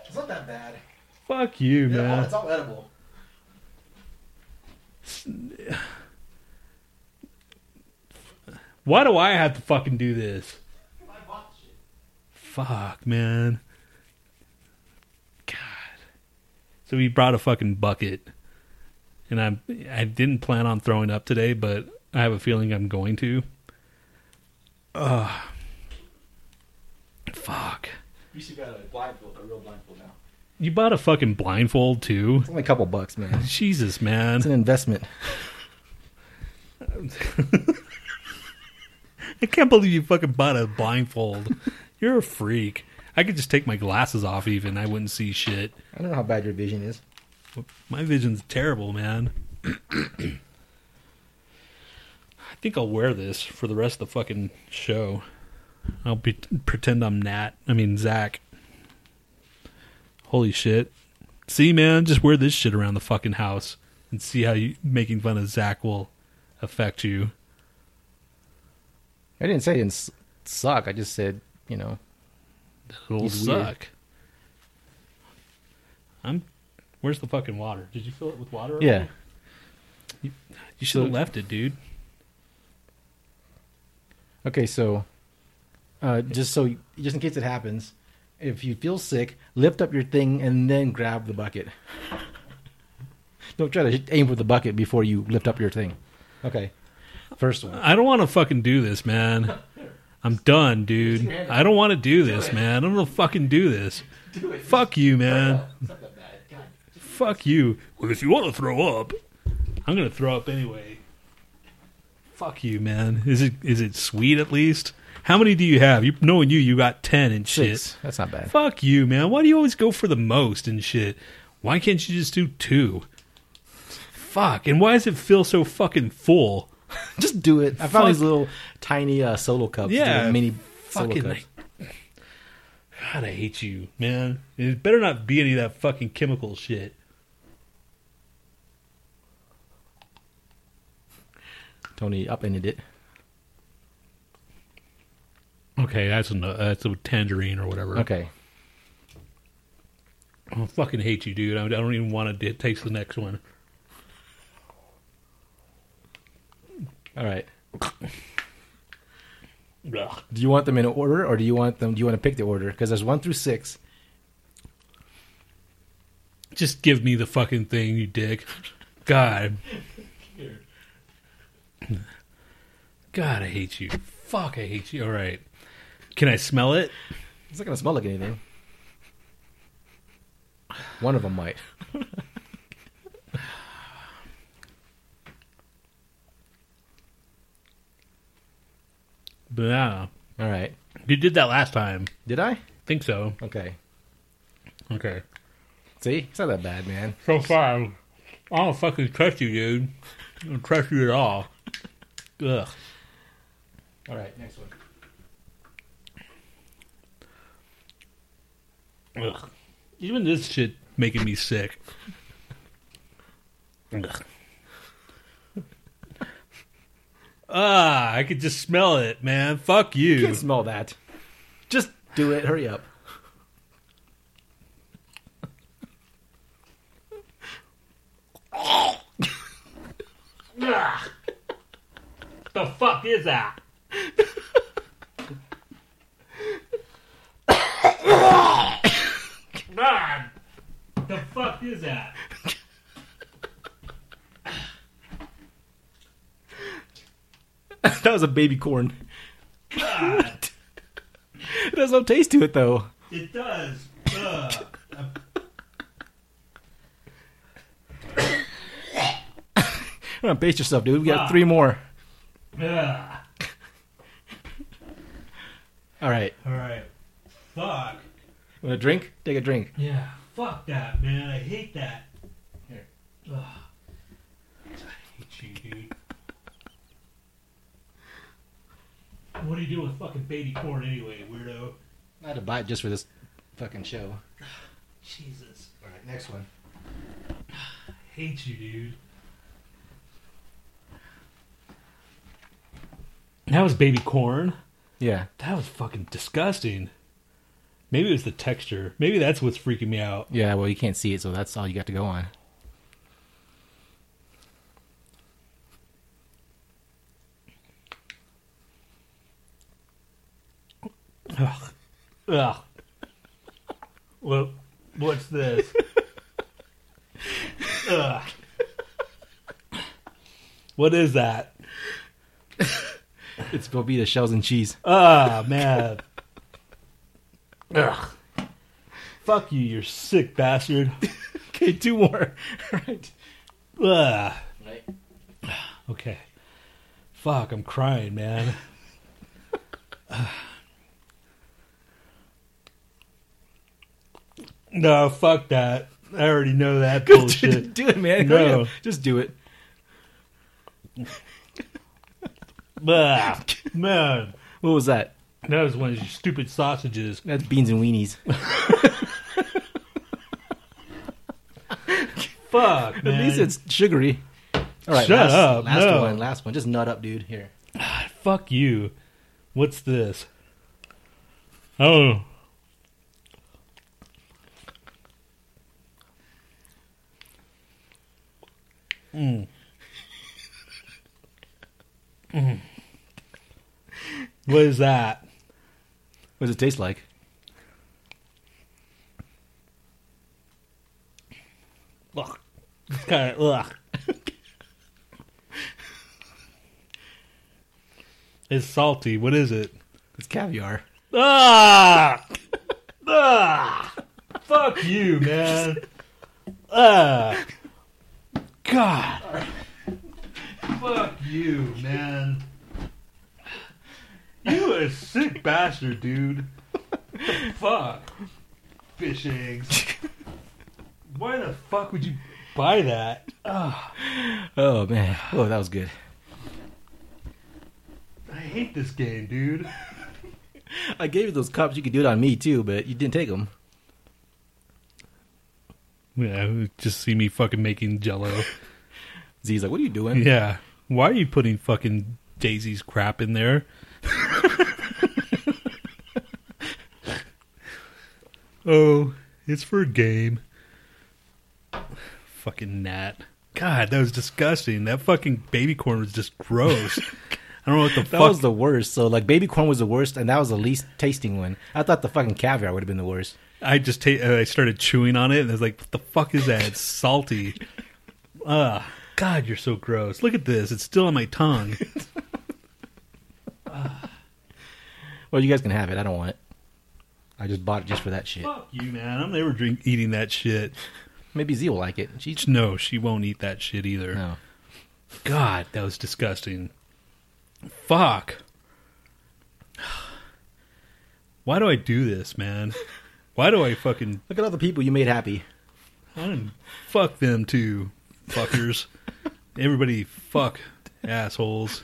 [SPEAKER 4] It's not that bad.
[SPEAKER 1] Fuck you,
[SPEAKER 4] It's all-
[SPEAKER 1] man.
[SPEAKER 4] oh, it's all edible.
[SPEAKER 1] Why do I have to fucking do this? Fuck, man. God. So he brought a fucking bucket, and I I didn't plan on throwing up today, but I have a feeling I'm going to. Ugh. Fuck.
[SPEAKER 2] You should got a blindfold, a real blindfold now.
[SPEAKER 1] You bought a fucking blindfold too.
[SPEAKER 2] It's only a couple bucks, man.
[SPEAKER 1] Jesus,
[SPEAKER 2] It's an
[SPEAKER 1] man.
[SPEAKER 2] investment.
[SPEAKER 1] I can't believe you fucking bought a blindfold. You're a freak. I could just take my glasses off, even. I wouldn't see shit.
[SPEAKER 2] I don't know how bad your vision is.
[SPEAKER 1] My vision's terrible, man. I think I'll wear this for the rest of the fucking show. I'll be, pretend I'm Nat. I mean Zach. Holy shit! See, man, just wear this shit around the fucking house and see how you making fun of Zach will affect you.
[SPEAKER 2] I didn't say it didn't s- suck. I just said, you know,
[SPEAKER 1] It'll
[SPEAKER 2] He's
[SPEAKER 1] suck.
[SPEAKER 2] weird.
[SPEAKER 1] I'm. Where's the fucking water? Did you fill it with water?
[SPEAKER 2] yeah.
[SPEAKER 1] You should have left it, dude.
[SPEAKER 2] Okay, so uh, just so just in case it happens, if you feel sick, lift up your thing and then grab the bucket. Don't try to aim for the bucket before you lift up your thing. Okay, first one.
[SPEAKER 1] I don't want to fucking do this, man. I'm done, dude. I don't want to do this, man. I'm gonna fucking do this. Fuck you, man. Fuck you. Well, if you want to throw up, I'm gonna throw up anyway. Fuck you, man. Is it is it sweet at least? How many do you have? You knowing you, you got ten and shit.
[SPEAKER 2] Six. That's not bad.
[SPEAKER 1] Fuck you, man. Why do you always go for the most and shit? Why can't you just do two? Fuck. And why does it feel so fucking full?
[SPEAKER 2] Just do it. I found
[SPEAKER 1] Fuck.
[SPEAKER 2] these little tiny uh, solo cups.
[SPEAKER 1] Yeah,
[SPEAKER 2] little mini
[SPEAKER 1] fucking
[SPEAKER 2] solo
[SPEAKER 1] like-
[SPEAKER 2] cups.
[SPEAKER 1] God, I hate you, man. It better not be any of that fucking chemical shit.
[SPEAKER 2] Tony upended it.
[SPEAKER 1] Okay, that's a that's a tangerine or whatever.
[SPEAKER 2] Okay,
[SPEAKER 1] I fucking hate you, dude. I don't even want to taste the next one.
[SPEAKER 2] all right.
[SPEAKER 1] Ugh.
[SPEAKER 2] Do you want them in order, or do you want them? Do you want to pick the order? Because there's one through six.
[SPEAKER 1] Just give me the fucking thing, you dick. God. God, I hate you. Fuck, I hate you. All right. Can I smell it?
[SPEAKER 2] It's not gonna smell like anything. One of them might.
[SPEAKER 1] Nah.
[SPEAKER 2] All right.
[SPEAKER 1] You did that last time.
[SPEAKER 2] Did I?
[SPEAKER 1] Think so.
[SPEAKER 2] Okay.
[SPEAKER 1] Okay.
[SPEAKER 2] See, it's not that bad, man.
[SPEAKER 1] So far, I don't fucking trust you, dude. I don't trust you at all. Ugh.
[SPEAKER 2] All right, next one.
[SPEAKER 1] Ugh. Even this shit making me sick. Ugh. Ah, I could just smell it, man. Fuck
[SPEAKER 2] You
[SPEAKER 1] you.
[SPEAKER 2] can't smell that. Just do it. Hurry up.
[SPEAKER 1] the fuck is that? God, the fuck is that?
[SPEAKER 2] that was a baby corn. it has no taste to it, though.
[SPEAKER 1] It does. Ugh.
[SPEAKER 2] Come on, pace yourself, dude. We got three more.
[SPEAKER 1] Ugh.
[SPEAKER 2] All right.
[SPEAKER 1] All right. Fuck.
[SPEAKER 2] Want a drink? Take a drink.
[SPEAKER 1] Yeah. Fuck that, man. I hate that.
[SPEAKER 2] Here.
[SPEAKER 1] Ugh. I hate you, dude. what do you do with fucking baby corn anyway, weirdo?
[SPEAKER 2] I had to buy it just for this fucking show.
[SPEAKER 1] Jesus.
[SPEAKER 2] All right, next one.
[SPEAKER 1] hate you, dude. That was baby corn.
[SPEAKER 2] Yeah.
[SPEAKER 1] That was fucking disgusting. Maybe it was the texture. Maybe that's what's freaking me out.
[SPEAKER 2] Yeah, well, you can't see it, so that's all you got to go on.
[SPEAKER 1] Ugh. Well, what's this? Ugh. What is that?
[SPEAKER 2] It's going to be the shells and cheese.
[SPEAKER 1] Ah, man. Ugh. Fuck you, you sick bastard.
[SPEAKER 2] Okay, two more. All right.
[SPEAKER 1] Ugh.
[SPEAKER 2] Right.
[SPEAKER 1] Ah. Okay. Fuck, I'm crying, man. no, fuck that. I already know that bullshit.
[SPEAKER 2] do it, man.
[SPEAKER 1] No.
[SPEAKER 2] Hurry up. Just do it.
[SPEAKER 1] Ugh. Man,
[SPEAKER 2] What was that?
[SPEAKER 1] that was one of your stupid sausages.
[SPEAKER 2] That's beans and weenies.
[SPEAKER 1] Fuck, man.
[SPEAKER 2] At least it's sugary. All right,
[SPEAKER 1] Shut
[SPEAKER 2] last,
[SPEAKER 1] up,
[SPEAKER 2] Last
[SPEAKER 1] no.
[SPEAKER 2] one. Last one. Just nut up, dude. Here.
[SPEAKER 1] Fuck you. What's this? Oh. Mm. Mm.
[SPEAKER 2] What is that? What does it taste like?
[SPEAKER 6] Ugh. It's kind of ugh.
[SPEAKER 1] It's salty. What is it?
[SPEAKER 2] It's caviar.
[SPEAKER 1] Ah! ah! Fuck you, man. Ah! God. Fuck you, man. You a sick bastard, dude. Fuck. Fish eggs. Why the fuck would you buy that?
[SPEAKER 2] Oh man. Oh, that was good.
[SPEAKER 1] I hate this game, dude.
[SPEAKER 2] I gave you those cups. You could do it on me too, but you didn't take them.
[SPEAKER 1] Yeah, just see me fucking making jello.
[SPEAKER 2] Z's like, "What are you doing?"
[SPEAKER 1] Yeah. Why are you putting fucking Daisy's crap in there? oh, it's for a game. Fucking gnat. God, that was disgusting. That fucking baby corn was just gross. I don't know what the
[SPEAKER 2] That
[SPEAKER 1] fuck.
[SPEAKER 2] was the worst. So like, baby corn was the worst, and that was the least tasting one. I thought the fucking caviar would have been the worst.
[SPEAKER 1] I just ta- uh, I started chewing on it and I was like, "What the fuck is that? It's salty." Ugh. God, you're so gross. Look at this. It's still on my tongue.
[SPEAKER 2] Well, you guys can have it. I don't want it. I just bought it just for that shit.
[SPEAKER 1] fuck you, man. I'm never drink eating that shit.
[SPEAKER 2] Maybe Z will like it. She's
[SPEAKER 1] No, she won't eat that shit either.
[SPEAKER 2] no.
[SPEAKER 1] God, that was disgusting. Fuck. Why do I do this, man? Why do I fucking
[SPEAKER 2] Look at all the people you made happy.
[SPEAKER 1] I didn't- fuck them too, fuckers? Everybody, fuck assholes,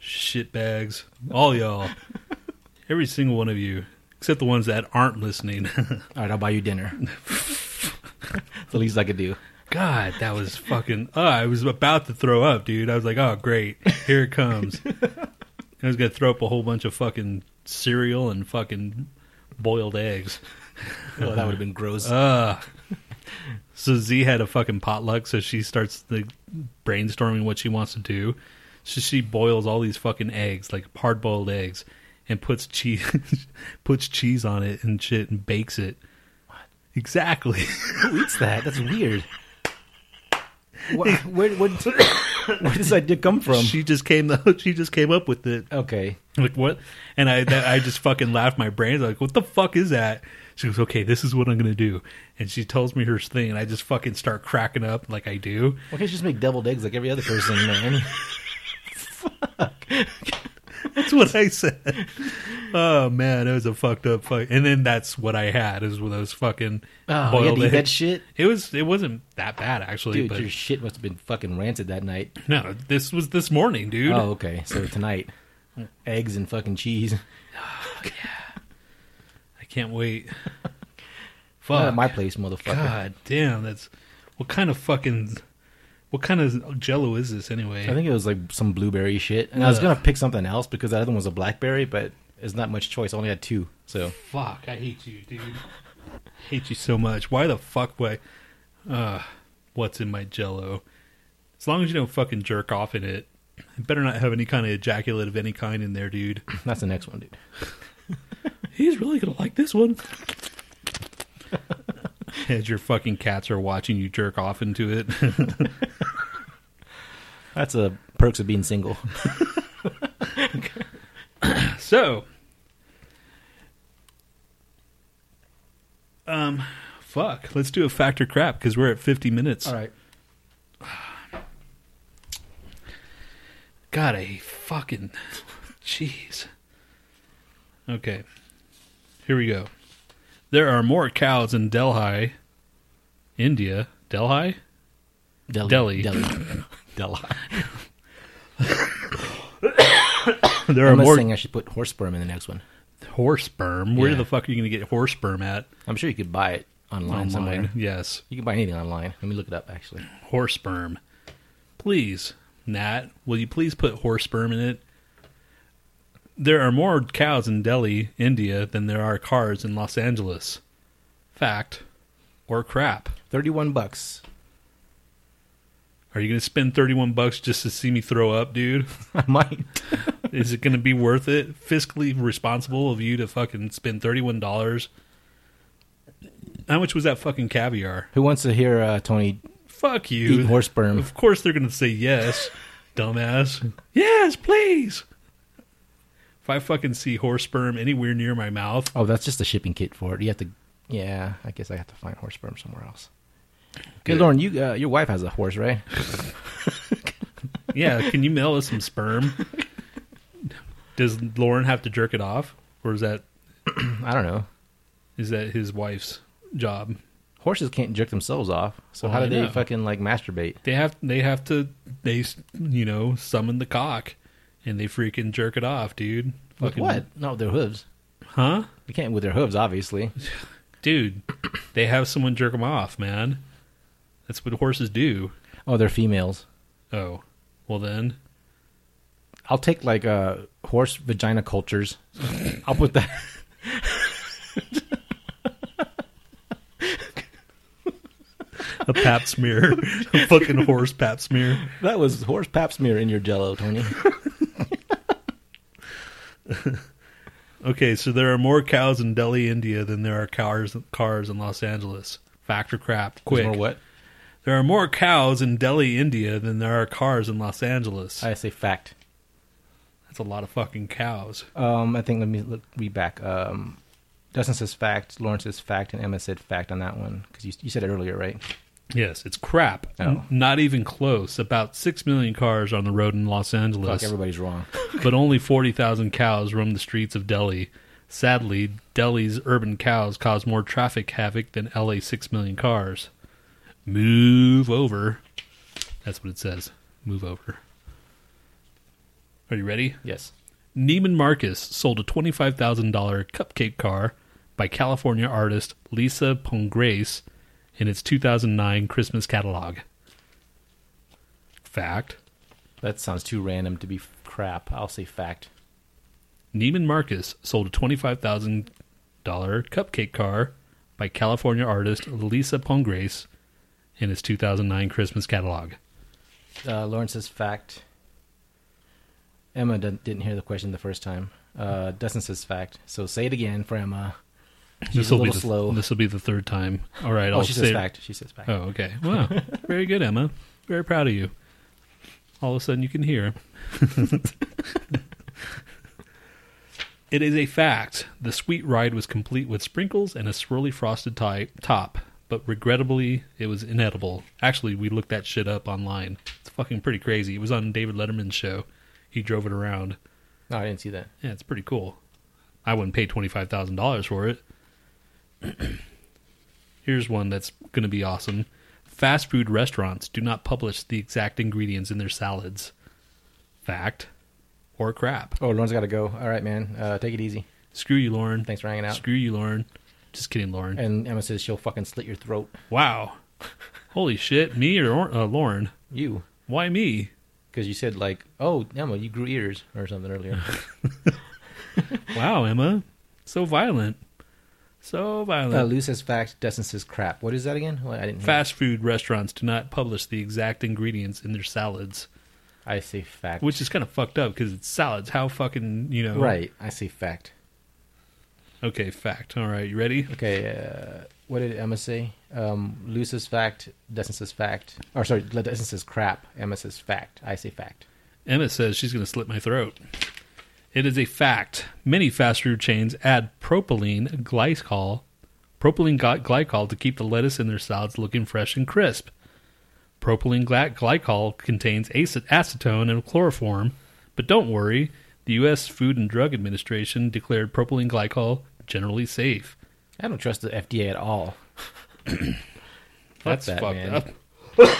[SPEAKER 1] shitbags, all y'all, every single one of you, except the ones that aren't listening.
[SPEAKER 2] All right, I'll buy you dinner. it's the least I could do.
[SPEAKER 1] God, that was fucking. Uh, I was about to throw up, dude. I was like, oh, great. Here it comes. I was going to throw up a whole bunch of fucking cereal and fucking boiled eggs.
[SPEAKER 2] Oh, that would have been gross.
[SPEAKER 1] Ugh. So Z had a fucking potluck, so she starts the brainstorming what she wants to do. So she boils all these fucking eggs, like hard boiled eggs, and puts cheese puts cheese on it and shit and bakes it. Exactly.
[SPEAKER 2] Who eats that? That's weird. Where, where, where, where does that idea come from?
[SPEAKER 1] she just came she just came up with it.
[SPEAKER 2] Okay.
[SPEAKER 1] Like what? And I that, I just fucking laughed my brains. Like what the fuck is that? She goes, okay, this is what I'm gonna do, and she tells me her thing, and I just fucking start cracking up like I do.
[SPEAKER 2] Why can't you just make deviled eggs like every other person, man?
[SPEAKER 1] That's what I said. oh man, it was a fucked up fuck. And then that's what I had is with those fucking
[SPEAKER 2] Oh, you had
[SPEAKER 1] boiled
[SPEAKER 2] to eat that
[SPEAKER 1] eggs.
[SPEAKER 2] shit?
[SPEAKER 1] It was it wasn't that bad actually,
[SPEAKER 2] Dude,
[SPEAKER 1] but
[SPEAKER 2] your shit must have been fucking rancid that night.
[SPEAKER 1] no, this was this morning, dude.
[SPEAKER 2] Oh, okay. So tonight, eggs and fucking cheese.
[SPEAKER 1] I can't wait.
[SPEAKER 2] Not
[SPEAKER 1] Fuck
[SPEAKER 2] at Uh, my place, motherfucker.
[SPEAKER 1] God damn, that's what kind of fucking what kind of jello is this anyway?
[SPEAKER 2] I think it was like some blueberry shit. And I was
[SPEAKER 1] Ugh.
[SPEAKER 2] going to pick something else because that other one was a blackberry, but there's not much choice. I only had two. So
[SPEAKER 1] Fuck, I hate you, dude. hate you so much. Why the fuck would I uh what's in my jello? As long as you don't fucking jerk off in it. You better not have any kind of ejaculate of any kind in there, dude.
[SPEAKER 2] that's the next one, dude.
[SPEAKER 1] He's really gonna like this one. As your fucking cats are watching you jerk off into it.
[SPEAKER 2] That's the perks of being single.
[SPEAKER 1] So, um, fuck. Let's do a factor crap because we're at fifty minutes.
[SPEAKER 2] right.
[SPEAKER 1] God, I fucking jeez. Okay, here we go. There are more cows in Delhi, India. Delhi? Delhi.
[SPEAKER 2] Delhi. Delhi. Delhi.
[SPEAKER 1] There are
[SPEAKER 2] I'm not
[SPEAKER 1] more
[SPEAKER 2] saying I should put horse sperm in the next one.
[SPEAKER 1] horse sperm. Where
[SPEAKER 2] Yeah.
[SPEAKER 1] the fuck are you going to get horse sperm at?
[SPEAKER 2] I'm sure you could buy it online,
[SPEAKER 1] Online.
[SPEAKER 2] somewhere.
[SPEAKER 1] Yes.
[SPEAKER 2] You can buy anything online. Let me look it up, actually.
[SPEAKER 1] horse sperm. Please, Nat, will you please put horse sperm in it? There are more cows in Delhi, India, than there are cars in Los Angeles. Fact or crap?
[SPEAKER 2] 31 bucks.
[SPEAKER 1] Are you going to spend 31 bucks just to see me throw up, dude?
[SPEAKER 2] I might.
[SPEAKER 1] Is it going to be worth it? Fiscally responsible of you to fucking spend thirty-one dollars. How much was that fucking caviar?
[SPEAKER 2] Who wants to hear uh, Tony
[SPEAKER 1] Fuck you.
[SPEAKER 2] eat horse sperm?
[SPEAKER 1] Of course they're going to say yes, dumbass. Yes, please. If I fucking see horse sperm anywhere near my mouth,
[SPEAKER 2] Oh, that's just the shipping kit for it. You have to. Yeah, I guess I have to find horse sperm somewhere else. Hey,
[SPEAKER 1] Good.
[SPEAKER 2] Lauren, you uh, your wife has a horse, right?
[SPEAKER 1] yeah, can you mail us some sperm? Does Lauren have to jerk it off, or is that
[SPEAKER 2] I don't know.
[SPEAKER 1] is that his wife's job?
[SPEAKER 2] Horses can't jerk themselves off, so how
[SPEAKER 1] Well,
[SPEAKER 2] do
[SPEAKER 1] Oh, I
[SPEAKER 2] they
[SPEAKER 1] know.
[SPEAKER 2] fucking like masturbate?
[SPEAKER 1] They have they have to they you know summon the cock, and they freaking jerk it off, dude.
[SPEAKER 2] With what? No, their hooves.
[SPEAKER 1] Huh?
[SPEAKER 2] They can't with their hooves, obviously.
[SPEAKER 1] Dude, they have someone jerk them off, man. That's what horses do.
[SPEAKER 2] Oh, they're females.
[SPEAKER 1] Oh, well then.
[SPEAKER 2] I'll take like uh, horse vagina cultures. I'll put that.
[SPEAKER 1] a pap smear, a fucking horse pap smear.
[SPEAKER 2] That was horse pap smear in your jello, Tony.
[SPEAKER 1] Okay, so there are more cows in Delhi, India, than there are cars cars in Los Angeles. Factor crap, quick.
[SPEAKER 2] Or what?
[SPEAKER 1] There are more cows in Delhi, India, than there are cars in Los Angeles.
[SPEAKER 2] I say fact.
[SPEAKER 1] That's a lot of fucking cows.
[SPEAKER 2] Um, I think let me look, read back. Um, Dustin says fact, Lawrence says fact, and Emma said fact on that one because you, you said it earlier, right?
[SPEAKER 1] Yes, it's crap.
[SPEAKER 2] Oh.
[SPEAKER 1] N- not even close. About six million cars are on the road in Los
[SPEAKER 2] Fuck,
[SPEAKER 1] Angeles,
[SPEAKER 2] everybody's wrong.
[SPEAKER 1] but only forty thousand cows roam the streets of Delhi. Sadly, Delhi's urban cows cause more traffic havoc than LA's six million cars. Move over. That's what it says. Move over. Are you ready?
[SPEAKER 2] Yes.
[SPEAKER 1] Neiman Marcus sold a $25,000 cupcake car by California artist Lisa Pongrace in its 2009 Christmas catalog. Fact.
[SPEAKER 2] That sounds too random to be f- crap. I'll say fact.
[SPEAKER 1] Neiman Marcus sold a $25,000 cupcake car by California artist Lisa Pongrace in its 2009 Christmas catalog.
[SPEAKER 2] Uh, Lawrence says fact. Emma didn't, didn't hear the question the first time. Uh, Dustin says fact. So say it again for Emma. She's a
[SPEAKER 1] be
[SPEAKER 2] little
[SPEAKER 1] the,
[SPEAKER 2] slow.
[SPEAKER 1] This will be the third time. All right,
[SPEAKER 2] oh,
[SPEAKER 1] I'll
[SPEAKER 2] she
[SPEAKER 1] say
[SPEAKER 2] says fact. She says fact.
[SPEAKER 1] Oh, okay. Wow. Very good, Emma. Very proud of you. All of a sudden, you can hear. it is a fact. The sweet ride was complete with sprinkles and a swirly frosted ti- top, but regrettably, it was inedible. Actually, we looked that shit up online. It's fucking pretty crazy. It was on David Letterman's show. He drove it around.
[SPEAKER 2] No, I didn't see that.
[SPEAKER 1] Yeah, it's pretty cool. I wouldn't pay twenty five thousand dollars for it. Here's one that's going to be awesome. Fast food restaurants do not publish the exact ingredients in their salads. Fact or crap?
[SPEAKER 2] Oh, Lauren's got to go. All right, man. Uh, take it easy.
[SPEAKER 1] Screw you, Lauren.
[SPEAKER 2] Thanks for hanging out.
[SPEAKER 1] Screw you, Lauren. Just kidding, Lauren.
[SPEAKER 2] And Emma says she'll fucking slit your throat.
[SPEAKER 1] Wow. Holy shit, me or Or- uh, Lauren?
[SPEAKER 2] You.
[SPEAKER 1] Why me?
[SPEAKER 2] Because you said like, oh Emma, you grew ears or something earlier.
[SPEAKER 1] Wow, Emma, so violent, so violent.
[SPEAKER 2] uh, Lou says fact. Dustin says crap. What is that again? What, I didn't. hear.
[SPEAKER 1] Fast food restaurants do not publish the exact ingredients in their salads.
[SPEAKER 2] I say fact. Oh.
[SPEAKER 1] which is kind of fucked up because it's salads. How fucking you know?
[SPEAKER 2] right? I say fact.
[SPEAKER 1] Okay. Fact. All right. You ready?
[SPEAKER 2] Okay. Uh, what did Emma say? Um, Lou says fact. Dustin says fact. Or sorry, Dustin says crap. Emma says fact. I say fact.
[SPEAKER 1] Emma says she's going to slit my throat. It is a fact. Many fast food chains add propylene glycol, propylene gly- glycol to keep the lettuce in their salads looking fresh and crisp. Propylene gly- glycol contains ace- acetone and chloroform, but don't worry. The U.S. Food and Drug Administration declared propylene glycol generally safe.
[SPEAKER 2] I don't trust the FDA at all. Fuck
[SPEAKER 1] That's
[SPEAKER 2] that,
[SPEAKER 1] fucked
[SPEAKER 2] man.
[SPEAKER 1] up.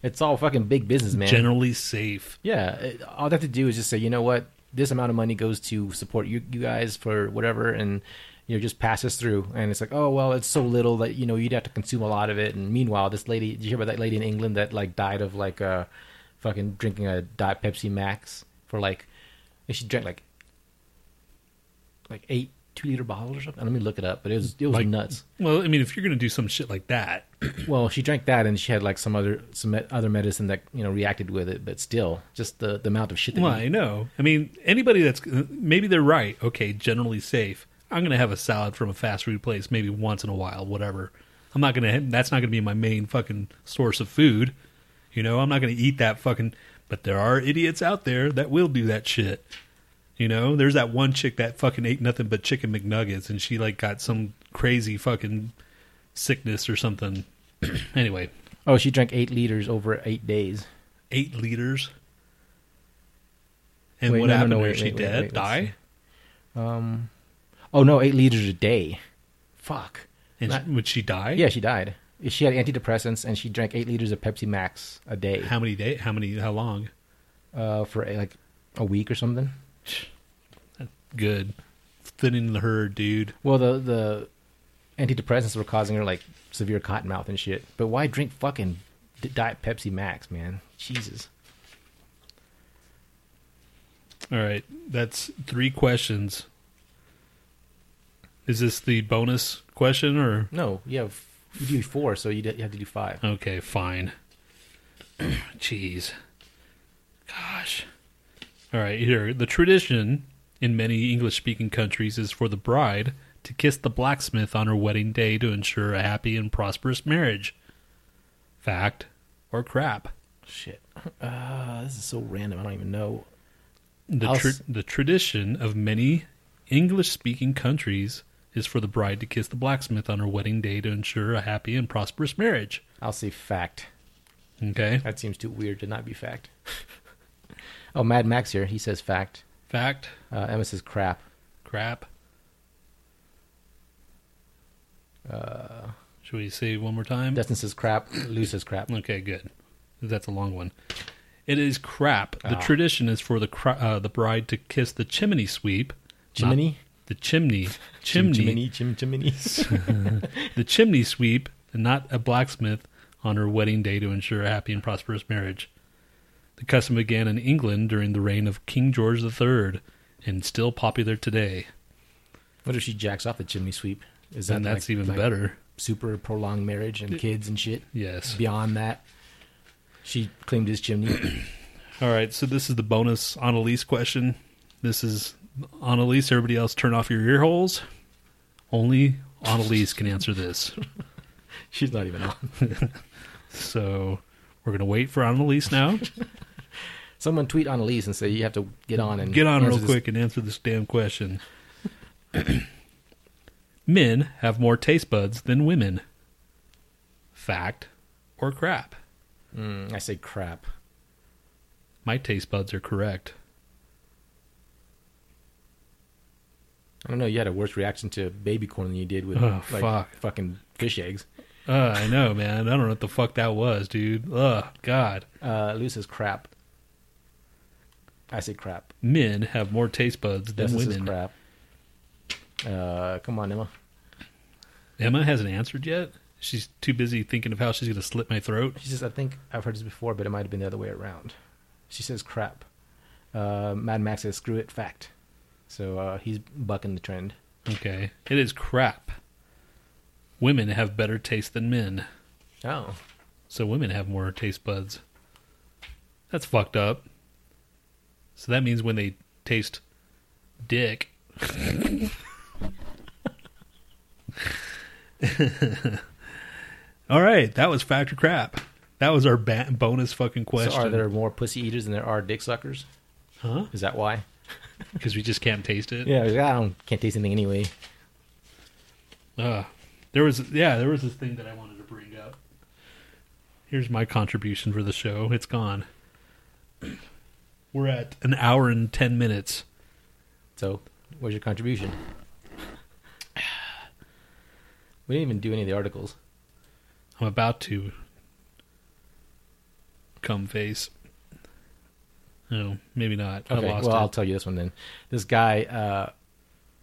[SPEAKER 2] It's all fucking big business, man.
[SPEAKER 1] Generally safe.
[SPEAKER 2] Yeah, it, all they have to do is just say, you know what, this amount of money goes to support you, you guys for whatever, and you know, just pass this through. And it's like, oh well, it's so little that you know you'd have to consume a lot of it. And meanwhile, this lady, did you hear about that lady in England that like died of like uh, fucking drinking a Diet Pepsi Max for like, and she drank like like eight two liter bottles or something. Let me look it up, but it was it was
[SPEAKER 1] Like-
[SPEAKER 2] nuts.
[SPEAKER 1] Well, I mean, if you're going to do some shit like that,
[SPEAKER 2] Well, she drank that, and she had like some other some me- other medicine that you know reacted with it. But still, just the, the amount of shit that
[SPEAKER 1] Well,
[SPEAKER 2] he-
[SPEAKER 1] I know. I mean, anybody that's maybe they're right. Okay, generally safe. I'm gonna have a salad from a fast food place maybe once in a while, whatever. I'm not gonna. That's not gonna be my main fucking source of food. You know, I'm not gonna eat that fucking. But there are idiots out there that will do that shit. You know, there's that one chick that fucking ate nothing but chicken McNuggets, and she like got some crazy fucking sickness or something. anyway,
[SPEAKER 2] Oh, she drank eight liters over eight days.
[SPEAKER 1] eight liters. And
[SPEAKER 2] Wait,
[SPEAKER 1] what
[SPEAKER 2] no, no,
[SPEAKER 1] happened
[SPEAKER 2] no,
[SPEAKER 1] to her?
[SPEAKER 2] wait,
[SPEAKER 1] she
[SPEAKER 2] wait, wait,
[SPEAKER 1] dead?
[SPEAKER 2] wait, let's
[SPEAKER 1] die?
[SPEAKER 2] see. Um, oh no, eight liters a day. Fuck.
[SPEAKER 1] And
[SPEAKER 2] Not-
[SPEAKER 1] she- would she die?
[SPEAKER 2] Yeah, she died. She had antidepressants, and she drank eight liters of Pepsi Max a day
[SPEAKER 1] How many day? How many? How long?
[SPEAKER 2] uh, for like a week or something.
[SPEAKER 1] Good. Thinning the herd, dude.
[SPEAKER 2] Well, the the antidepressants were causing her like severe cotton mouth and shit. But why drink fucking D- Diet Pepsi Max, man? Jesus.
[SPEAKER 1] All right, that's three questions. Is this the bonus question or
[SPEAKER 2] No, you have you do four, so you, d- you have to do five.
[SPEAKER 1] okay? Fine. Jeez. Gosh. All right, here. The tradition in many English speaking countries is for the bride to kiss the blacksmith on her wedding day to ensure a happy and prosperous marriage. Fact or crap?
[SPEAKER 2] Shit. Uh, this is so random. I don't even know.
[SPEAKER 1] The,
[SPEAKER 2] I'll
[SPEAKER 1] tr-
[SPEAKER 2] s-
[SPEAKER 1] the tradition of many English speaking countries is for the bride to kiss the blacksmith on her wedding day to ensure a happy and prosperous marriage.
[SPEAKER 2] I'll say fact.
[SPEAKER 1] Okay.
[SPEAKER 2] That seems too weird to not be fact. oh, Mad Max here. He says fact.
[SPEAKER 1] Fact,
[SPEAKER 2] Uh, Emma says crap.
[SPEAKER 1] crap. Uh, Should we say it one more time?
[SPEAKER 2] Dustin says crap. Lou says crap.
[SPEAKER 1] Okay, good. That's a long one. It is crap. The
[SPEAKER 2] Ah.
[SPEAKER 1] tradition is for the cr- uh, the bride to kiss the chimney sweep, not-
[SPEAKER 2] Jiminy?
[SPEAKER 1] the chimney,
[SPEAKER 2] Jim-
[SPEAKER 1] chimney,
[SPEAKER 2] Jiminy, Jim, Jiminy.
[SPEAKER 1] the chimney sweep and not a blacksmith on her wedding day to ensure a happy and prosperous marriage. The custom began in England during the reign of King George III and still popular today.
[SPEAKER 2] what if she jacks off the chimney sweep? Is
[SPEAKER 1] And that's
[SPEAKER 2] like-
[SPEAKER 1] even
[SPEAKER 2] like
[SPEAKER 1] better.
[SPEAKER 2] Super prolonged marriage and kids and shit.
[SPEAKER 1] Yes.
[SPEAKER 2] Beyond that, she claimed his chimney.
[SPEAKER 1] All right, so this is the bonus Annalise question. This is Annalise. Everybody else, turn off your ear holes. Only Annalise can answer this.
[SPEAKER 2] She's not even on.
[SPEAKER 1] So we're going to wait for Annalise now.
[SPEAKER 2] Someone tweet on Elise and say you have to get on and
[SPEAKER 1] Get on
[SPEAKER 2] answer
[SPEAKER 1] real
[SPEAKER 2] this-
[SPEAKER 1] quick and answer this damn question. Men have more taste buds than women. Fact or crap?
[SPEAKER 2] Mm, I say crap.
[SPEAKER 1] My taste buds are correct.
[SPEAKER 2] I don't know. You had a worse reaction to baby corn than you did with
[SPEAKER 1] Oh,
[SPEAKER 2] like
[SPEAKER 1] fuck.
[SPEAKER 2] fucking fish eggs.
[SPEAKER 1] Uh, I know, man. I don't know what the fuck that was, dude. Ugh, God.
[SPEAKER 2] Uh, Lou says crap. I say crap.
[SPEAKER 1] Men have more taste buds than
[SPEAKER 2] Dustin says
[SPEAKER 1] women.
[SPEAKER 2] crap. Uh, come on, Emma.
[SPEAKER 1] Emma hasn't answered yet. She's too busy thinking of how she's going to slit my throat.
[SPEAKER 2] She says, I think I've heard this before, but it might have been the other way around. She says crap. Uh, Mad Max says screw it, fact. So uh, he's bucking the trend.
[SPEAKER 1] Okay. It is crap. Women have better taste than men,
[SPEAKER 2] Oh.
[SPEAKER 1] so women have more taste buds. That's fucked up. So that means when they taste dick. All right, that was factor crap. That was our ba- bonus fucking question.
[SPEAKER 2] So are there more pussy eaters than there are dick suckers?
[SPEAKER 1] Huh?
[SPEAKER 2] Is that why?
[SPEAKER 1] Because we just can't taste it.
[SPEAKER 2] Yeah, I don't, can't taste anything anyway.
[SPEAKER 1] Uh, there was yeah, there was this thing that I wanted to bring up. Here's my contribution for the show. It's gone. We're at an hour and ten minutes.
[SPEAKER 2] So where's your contribution? We didn't even do any of the articles.
[SPEAKER 1] I'm about to come face. No, maybe not. I lost
[SPEAKER 2] well, I'll
[SPEAKER 1] it.
[SPEAKER 2] tell you this one then. This guy uh,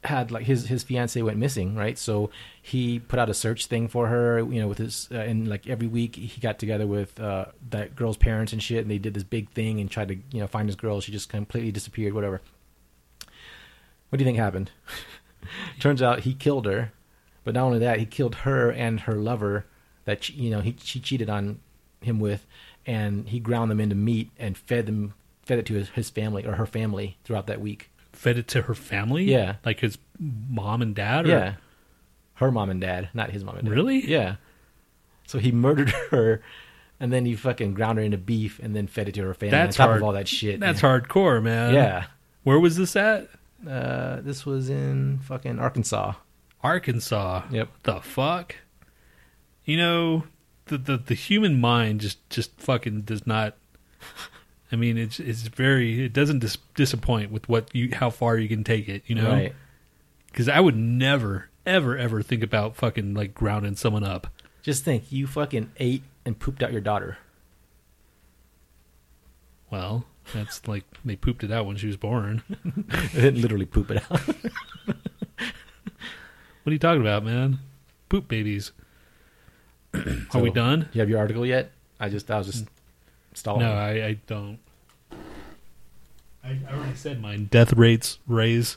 [SPEAKER 2] had like his his fiance went missing, right? So he put out a search thing for her, you know, with his uh, and like every week he got together with uh, that girl's parents and shit, and they did this big thing and tried to you know find his girl. She just completely disappeared. Whatever. What do you think happened? Turns out he killed her, but not only that, he killed her and her lover that she, you know he she cheated on him with, and he ground them into meat and fed them fed it to his, his family or her family throughout that week.
[SPEAKER 1] Fed it to her family?
[SPEAKER 2] Yeah.
[SPEAKER 1] Like his mom and dad? Or,
[SPEAKER 2] Yeah, her mom and dad, not his mom and dad.
[SPEAKER 1] Really?
[SPEAKER 2] Yeah. So he murdered her, and then he fucking ground her into beef and then fed it to her family.
[SPEAKER 1] That's
[SPEAKER 2] on top
[SPEAKER 1] hard.
[SPEAKER 2] of all that shit.
[SPEAKER 1] That's hardcore, man.
[SPEAKER 2] Yeah.
[SPEAKER 1] Where was this at?
[SPEAKER 2] Uh, this was in fucking Arkansas.
[SPEAKER 1] Arkansas.
[SPEAKER 2] Yep.
[SPEAKER 1] The fuck? You know, the, the the human mind just just fucking does not. I mean, it's it's very. It doesn't dis- disappoint with what you how far you can take it. You know,
[SPEAKER 2] Right.
[SPEAKER 1] because I would never ever ever think about fucking like grounding someone up.
[SPEAKER 2] Just think, you fucking ate and pooped out your daughter.
[SPEAKER 1] Well, that's like they pooped it out when she was born. What
[SPEAKER 2] They didn't literally poop it out.
[SPEAKER 1] are you talking about, man? Poop babies. Are we
[SPEAKER 2] So,
[SPEAKER 1] done?
[SPEAKER 2] You have your article yet? I just, I was just stalling.
[SPEAKER 1] No, I, I don't. I, I already said mine. Death rates raise,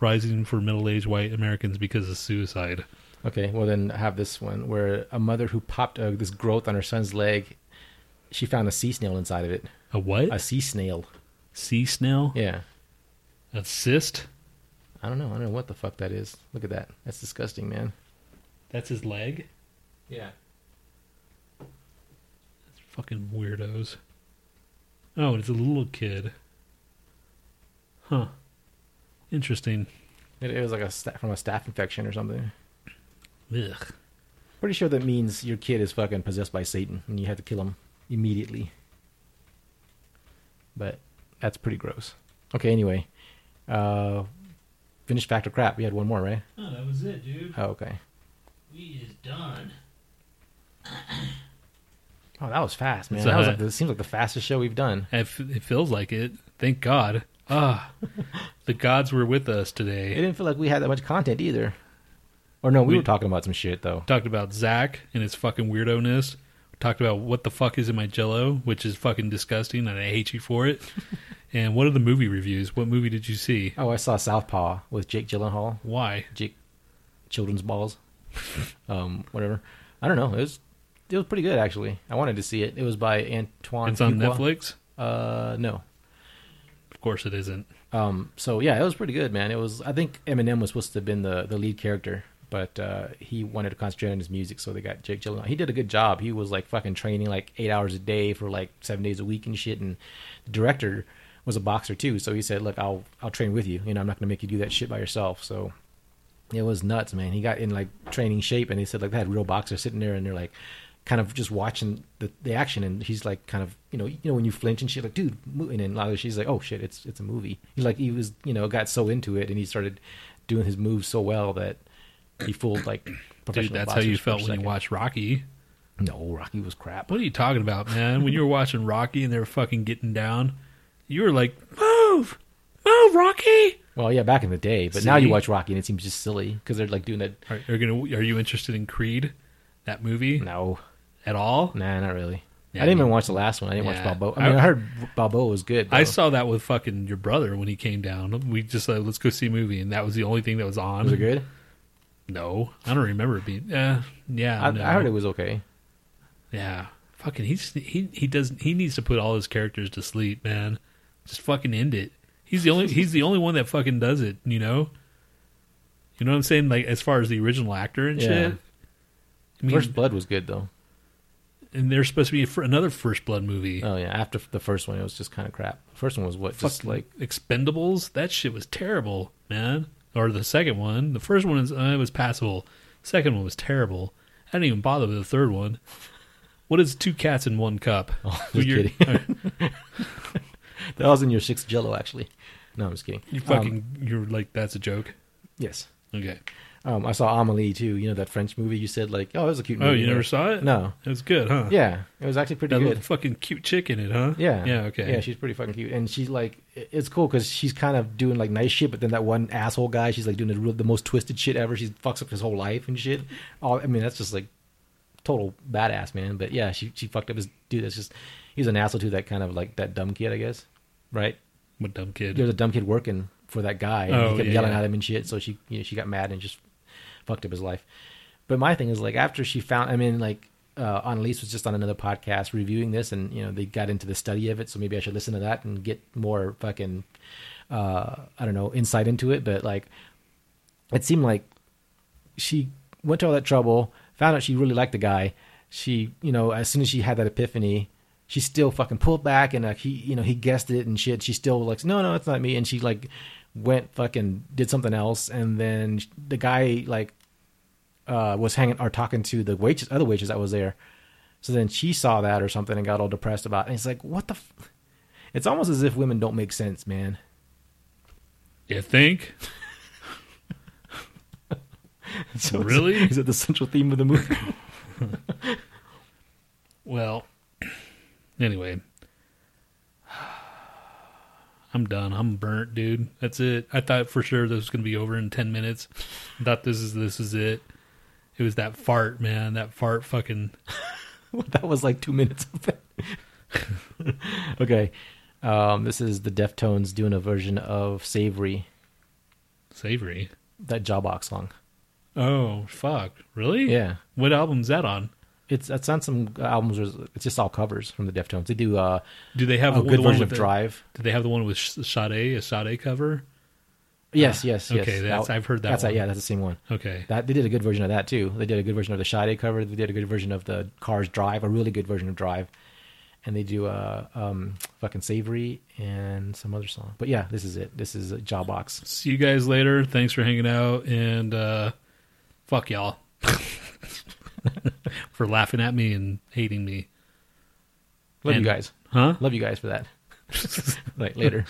[SPEAKER 1] rising for middle-aged white Americans because of suicide.
[SPEAKER 2] Okay, well then I have this one where a mother who popped uh, this growth on her son's leg, she found a sea snail inside of it.
[SPEAKER 1] A what?
[SPEAKER 2] A sea snail.
[SPEAKER 1] sea snail?
[SPEAKER 2] Yeah.
[SPEAKER 1] A cyst?
[SPEAKER 2] I don't know. I don't know what the fuck that is. Look at that. That's disgusting, man.
[SPEAKER 1] That's his leg?
[SPEAKER 2] Yeah.
[SPEAKER 1] Fucking weirdos. Oh, and it's a little kid. Huh. Interesting.
[SPEAKER 2] It, it was like a sta- from a staph infection or something.
[SPEAKER 1] Ugh.
[SPEAKER 2] Pretty sure that means your kid is fucking possessed by Satan and you have to kill him immediately. But that's pretty gross. Okay, anyway. Uh finished fact or crap. We had one more, right?
[SPEAKER 6] Oh, that was it, dude.
[SPEAKER 2] Oh, okay.
[SPEAKER 6] We is done.
[SPEAKER 2] Oh, that was fast, man.
[SPEAKER 1] So,
[SPEAKER 2] that was
[SPEAKER 1] uh,
[SPEAKER 2] like the, seems like the fastest show we've done.
[SPEAKER 1] It, f- it feels like it. Thank God. Ah, the gods were with us
[SPEAKER 2] It
[SPEAKER 1] today.
[SPEAKER 2] didn't feel like we had that much content either. Or no, we,
[SPEAKER 1] We-
[SPEAKER 2] were talking about some shit though.
[SPEAKER 1] talked about Zach and his fucking weirdo-ness. Talked about what the fuck is in my jello, which is fucking disgusting, and I hate you for it. and what are the movie reviews? What movie did you see?
[SPEAKER 2] Oh, I saw Southpaw with Jake Gyllenhaal.
[SPEAKER 1] Why?
[SPEAKER 2] Jake children's balls. um, whatever. I don't know. It was it was pretty good actually. I wanted to see it. It was by Antoine.
[SPEAKER 1] It's on
[SPEAKER 2] Fuqua.
[SPEAKER 1] Netflix?
[SPEAKER 2] Uh, no.
[SPEAKER 1] Of course it isn't.
[SPEAKER 2] Um, so yeah, it was pretty good, man. It was. I think Eminem was supposed to have been the the lead character, but uh, he wanted to concentrate on his music, so they got Jake Gyllenhaal. He did a good job. He was like fucking training like eight hours a day for like seven days a week and shit. And the director was a boxer too, so he said, "Look, I'll I'll train with you. You know, I'm not gonna make you do that shit by yourself." So it was nuts, man. He got in like training shape, and he said like they had real boxers sitting there, and they're like kind of just watching the, the action, and he's like kind of you know you know when you flinch and shit like dude, mo-" and then Lila she's like oh shit it's it's a movie. He like he was you know got so into it, and he started doing his moves so well that he fooled like
[SPEAKER 1] Dude,
[SPEAKER 2] professional.
[SPEAKER 1] that's how you
[SPEAKER 2] boxers for a
[SPEAKER 1] felt when you
[SPEAKER 2] second.
[SPEAKER 1] watched Rocky.
[SPEAKER 2] No, Rocky was crap.
[SPEAKER 1] What are you talking about, man? when you were watching Rocky and they were fucking getting down, you were like, move! Move, Rocky!
[SPEAKER 2] Well, yeah, back in the day, but now you
[SPEAKER 1] See?
[SPEAKER 2] watch Rocky and it seems just silly because they're like doing that.
[SPEAKER 1] Are, are, gonna, are you interested in Creed, that movie,
[SPEAKER 2] No,
[SPEAKER 1] at all?
[SPEAKER 2] nah, not really.
[SPEAKER 1] Hmm. Yeah,
[SPEAKER 2] I didn't
[SPEAKER 1] I mean-
[SPEAKER 2] even watch the last one. I didn't
[SPEAKER 1] Yeah.
[SPEAKER 2] watch Balboa. I mean, I,
[SPEAKER 1] I-
[SPEAKER 2] heard Balboa was good.
[SPEAKER 1] I
[SPEAKER 2] though.
[SPEAKER 1] saw that with fucking your brother when he came down. We just like, let's go see a movie, and that was the only thing that was on.
[SPEAKER 2] was it good?
[SPEAKER 1] No, I don't remember it being. Uh, yeah,
[SPEAKER 2] I,
[SPEAKER 1] no.
[SPEAKER 2] I heard it was okay.
[SPEAKER 1] Yeah, fucking he's he he doesn't he needs to put all his characters to sleep, man. Just fucking end it. He's the only he's the only one that fucking does it. You know. You know what I'm saying? Like as far as the original actor and
[SPEAKER 2] Yeah.
[SPEAKER 1] shit. I mean,
[SPEAKER 2] First Blood was good though.
[SPEAKER 1] and there's supposed to be a, fir- another First Blood movie.
[SPEAKER 2] Oh yeah, after the first one, it was just kind of crap. First one was what, just
[SPEAKER 1] Fucking
[SPEAKER 2] like
[SPEAKER 1] Expendables. That shit was terrible, man. Or the second one. The first one is, uh, it was passable. Second one was terrible. I didn't even bother with the third one. What is two cats in one cup? Oh,
[SPEAKER 2] just kidding. that was in your sixth Jello actually. No, I'm just kidding.
[SPEAKER 1] you
[SPEAKER 2] Um,
[SPEAKER 1] fucking, you're like, that's a joke.
[SPEAKER 2] yes.
[SPEAKER 1] Okay.
[SPEAKER 2] Um, I saw Amelie too. You know that French movie you said like, oh, it was a cute
[SPEAKER 1] Oh,
[SPEAKER 2] movie.
[SPEAKER 1] you never saw it?
[SPEAKER 2] No.
[SPEAKER 1] It was good, huh?
[SPEAKER 2] Yeah, it was actually pretty
[SPEAKER 1] That
[SPEAKER 2] good.
[SPEAKER 1] little fucking cute chick in it, huh?
[SPEAKER 2] Yeah.
[SPEAKER 1] Yeah, okay.
[SPEAKER 2] Yeah, she's pretty fucking cute, and she's like, it- it's cool because she's kind of doing like nice shit, but then that one asshole guy, she's like doing the, real, the most twisted shit ever. She fucks up his whole life and shit. Oh, I mean, that's just like total badass, man. But yeah, she she fucked up his dude. That's just he was an asshole to that kind of like that dumb kid, I guess. Right?
[SPEAKER 1] what dumb kid.
[SPEAKER 2] There's a dumb kid working for that guy, and
[SPEAKER 1] Oh,
[SPEAKER 2] he kept
[SPEAKER 1] yeah,
[SPEAKER 2] yelling
[SPEAKER 1] yeah.
[SPEAKER 2] at him and shit. So she you know she got mad and just fucked up his life. But my thing is like after she found, I mean, like uh, Annalise was just on another podcast reviewing this, and you know they got into the study of it, so maybe I should listen to that and get more fucking, uh, I don't know, insight into it. But like, it seemed like she went to all that trouble, found out she really liked the guy. She, you know, as soon as she had that epiphany, she still fucking pulled back and like he, you know, he guessed it and shit. She still like, no, no, it's not me. And she like went fucking did something else. And then the guy like uh, was hanging or talking to the waitress, other waitress that was there. So then she saw that or something and got all depressed about it. And it's like, what the? F-? It's almost as if women don't make sense, man.
[SPEAKER 1] You think?
[SPEAKER 2] So
[SPEAKER 1] Really?
[SPEAKER 2] Is, it the central theme of the movie?
[SPEAKER 1] Well, anyway, I'm done. I'm burnt, dude. That's it. I thought for sure this was gonna be over in ten minutes. I thought this is this is it. It was that fart, man. That fart, fucking.
[SPEAKER 2] that was like two minutes of it. okay. Um, this is the Deftones doing a version of Savory,
[SPEAKER 1] Savory.
[SPEAKER 2] that Jawbox song.
[SPEAKER 1] Oh fuck! Really?
[SPEAKER 2] Yeah.
[SPEAKER 1] What album's that on?
[SPEAKER 2] It's it's on some albums. where It's just all covers from the Deftones. They do uh,
[SPEAKER 1] Do they have
[SPEAKER 2] a
[SPEAKER 1] the
[SPEAKER 2] good
[SPEAKER 1] one
[SPEAKER 2] version
[SPEAKER 1] with
[SPEAKER 2] of
[SPEAKER 1] the-
[SPEAKER 2] Drive.
[SPEAKER 1] Do they have the one with Sh- Sade? A Sade cover?
[SPEAKER 2] Yes, yes, yes.
[SPEAKER 1] Ah, okay, that's- I've heard that
[SPEAKER 2] That's
[SPEAKER 1] one.
[SPEAKER 2] yeah, that's the same one.
[SPEAKER 1] Okay.
[SPEAKER 2] That they did a good version of that too. They did a good version of the Sade cover. They did a good version of the Cars Drive, a really good version of Drive, and they do uh, um, fucking Savory and some other song. But yeah, this is it. This is Jawbox.
[SPEAKER 1] See you guys later. Thanks for hanging out and uh, fuck y'all for laughing at me and hating me.
[SPEAKER 2] Love
[SPEAKER 1] And-
[SPEAKER 2] you guys.
[SPEAKER 1] Huh?
[SPEAKER 2] Love you guys for that. like later.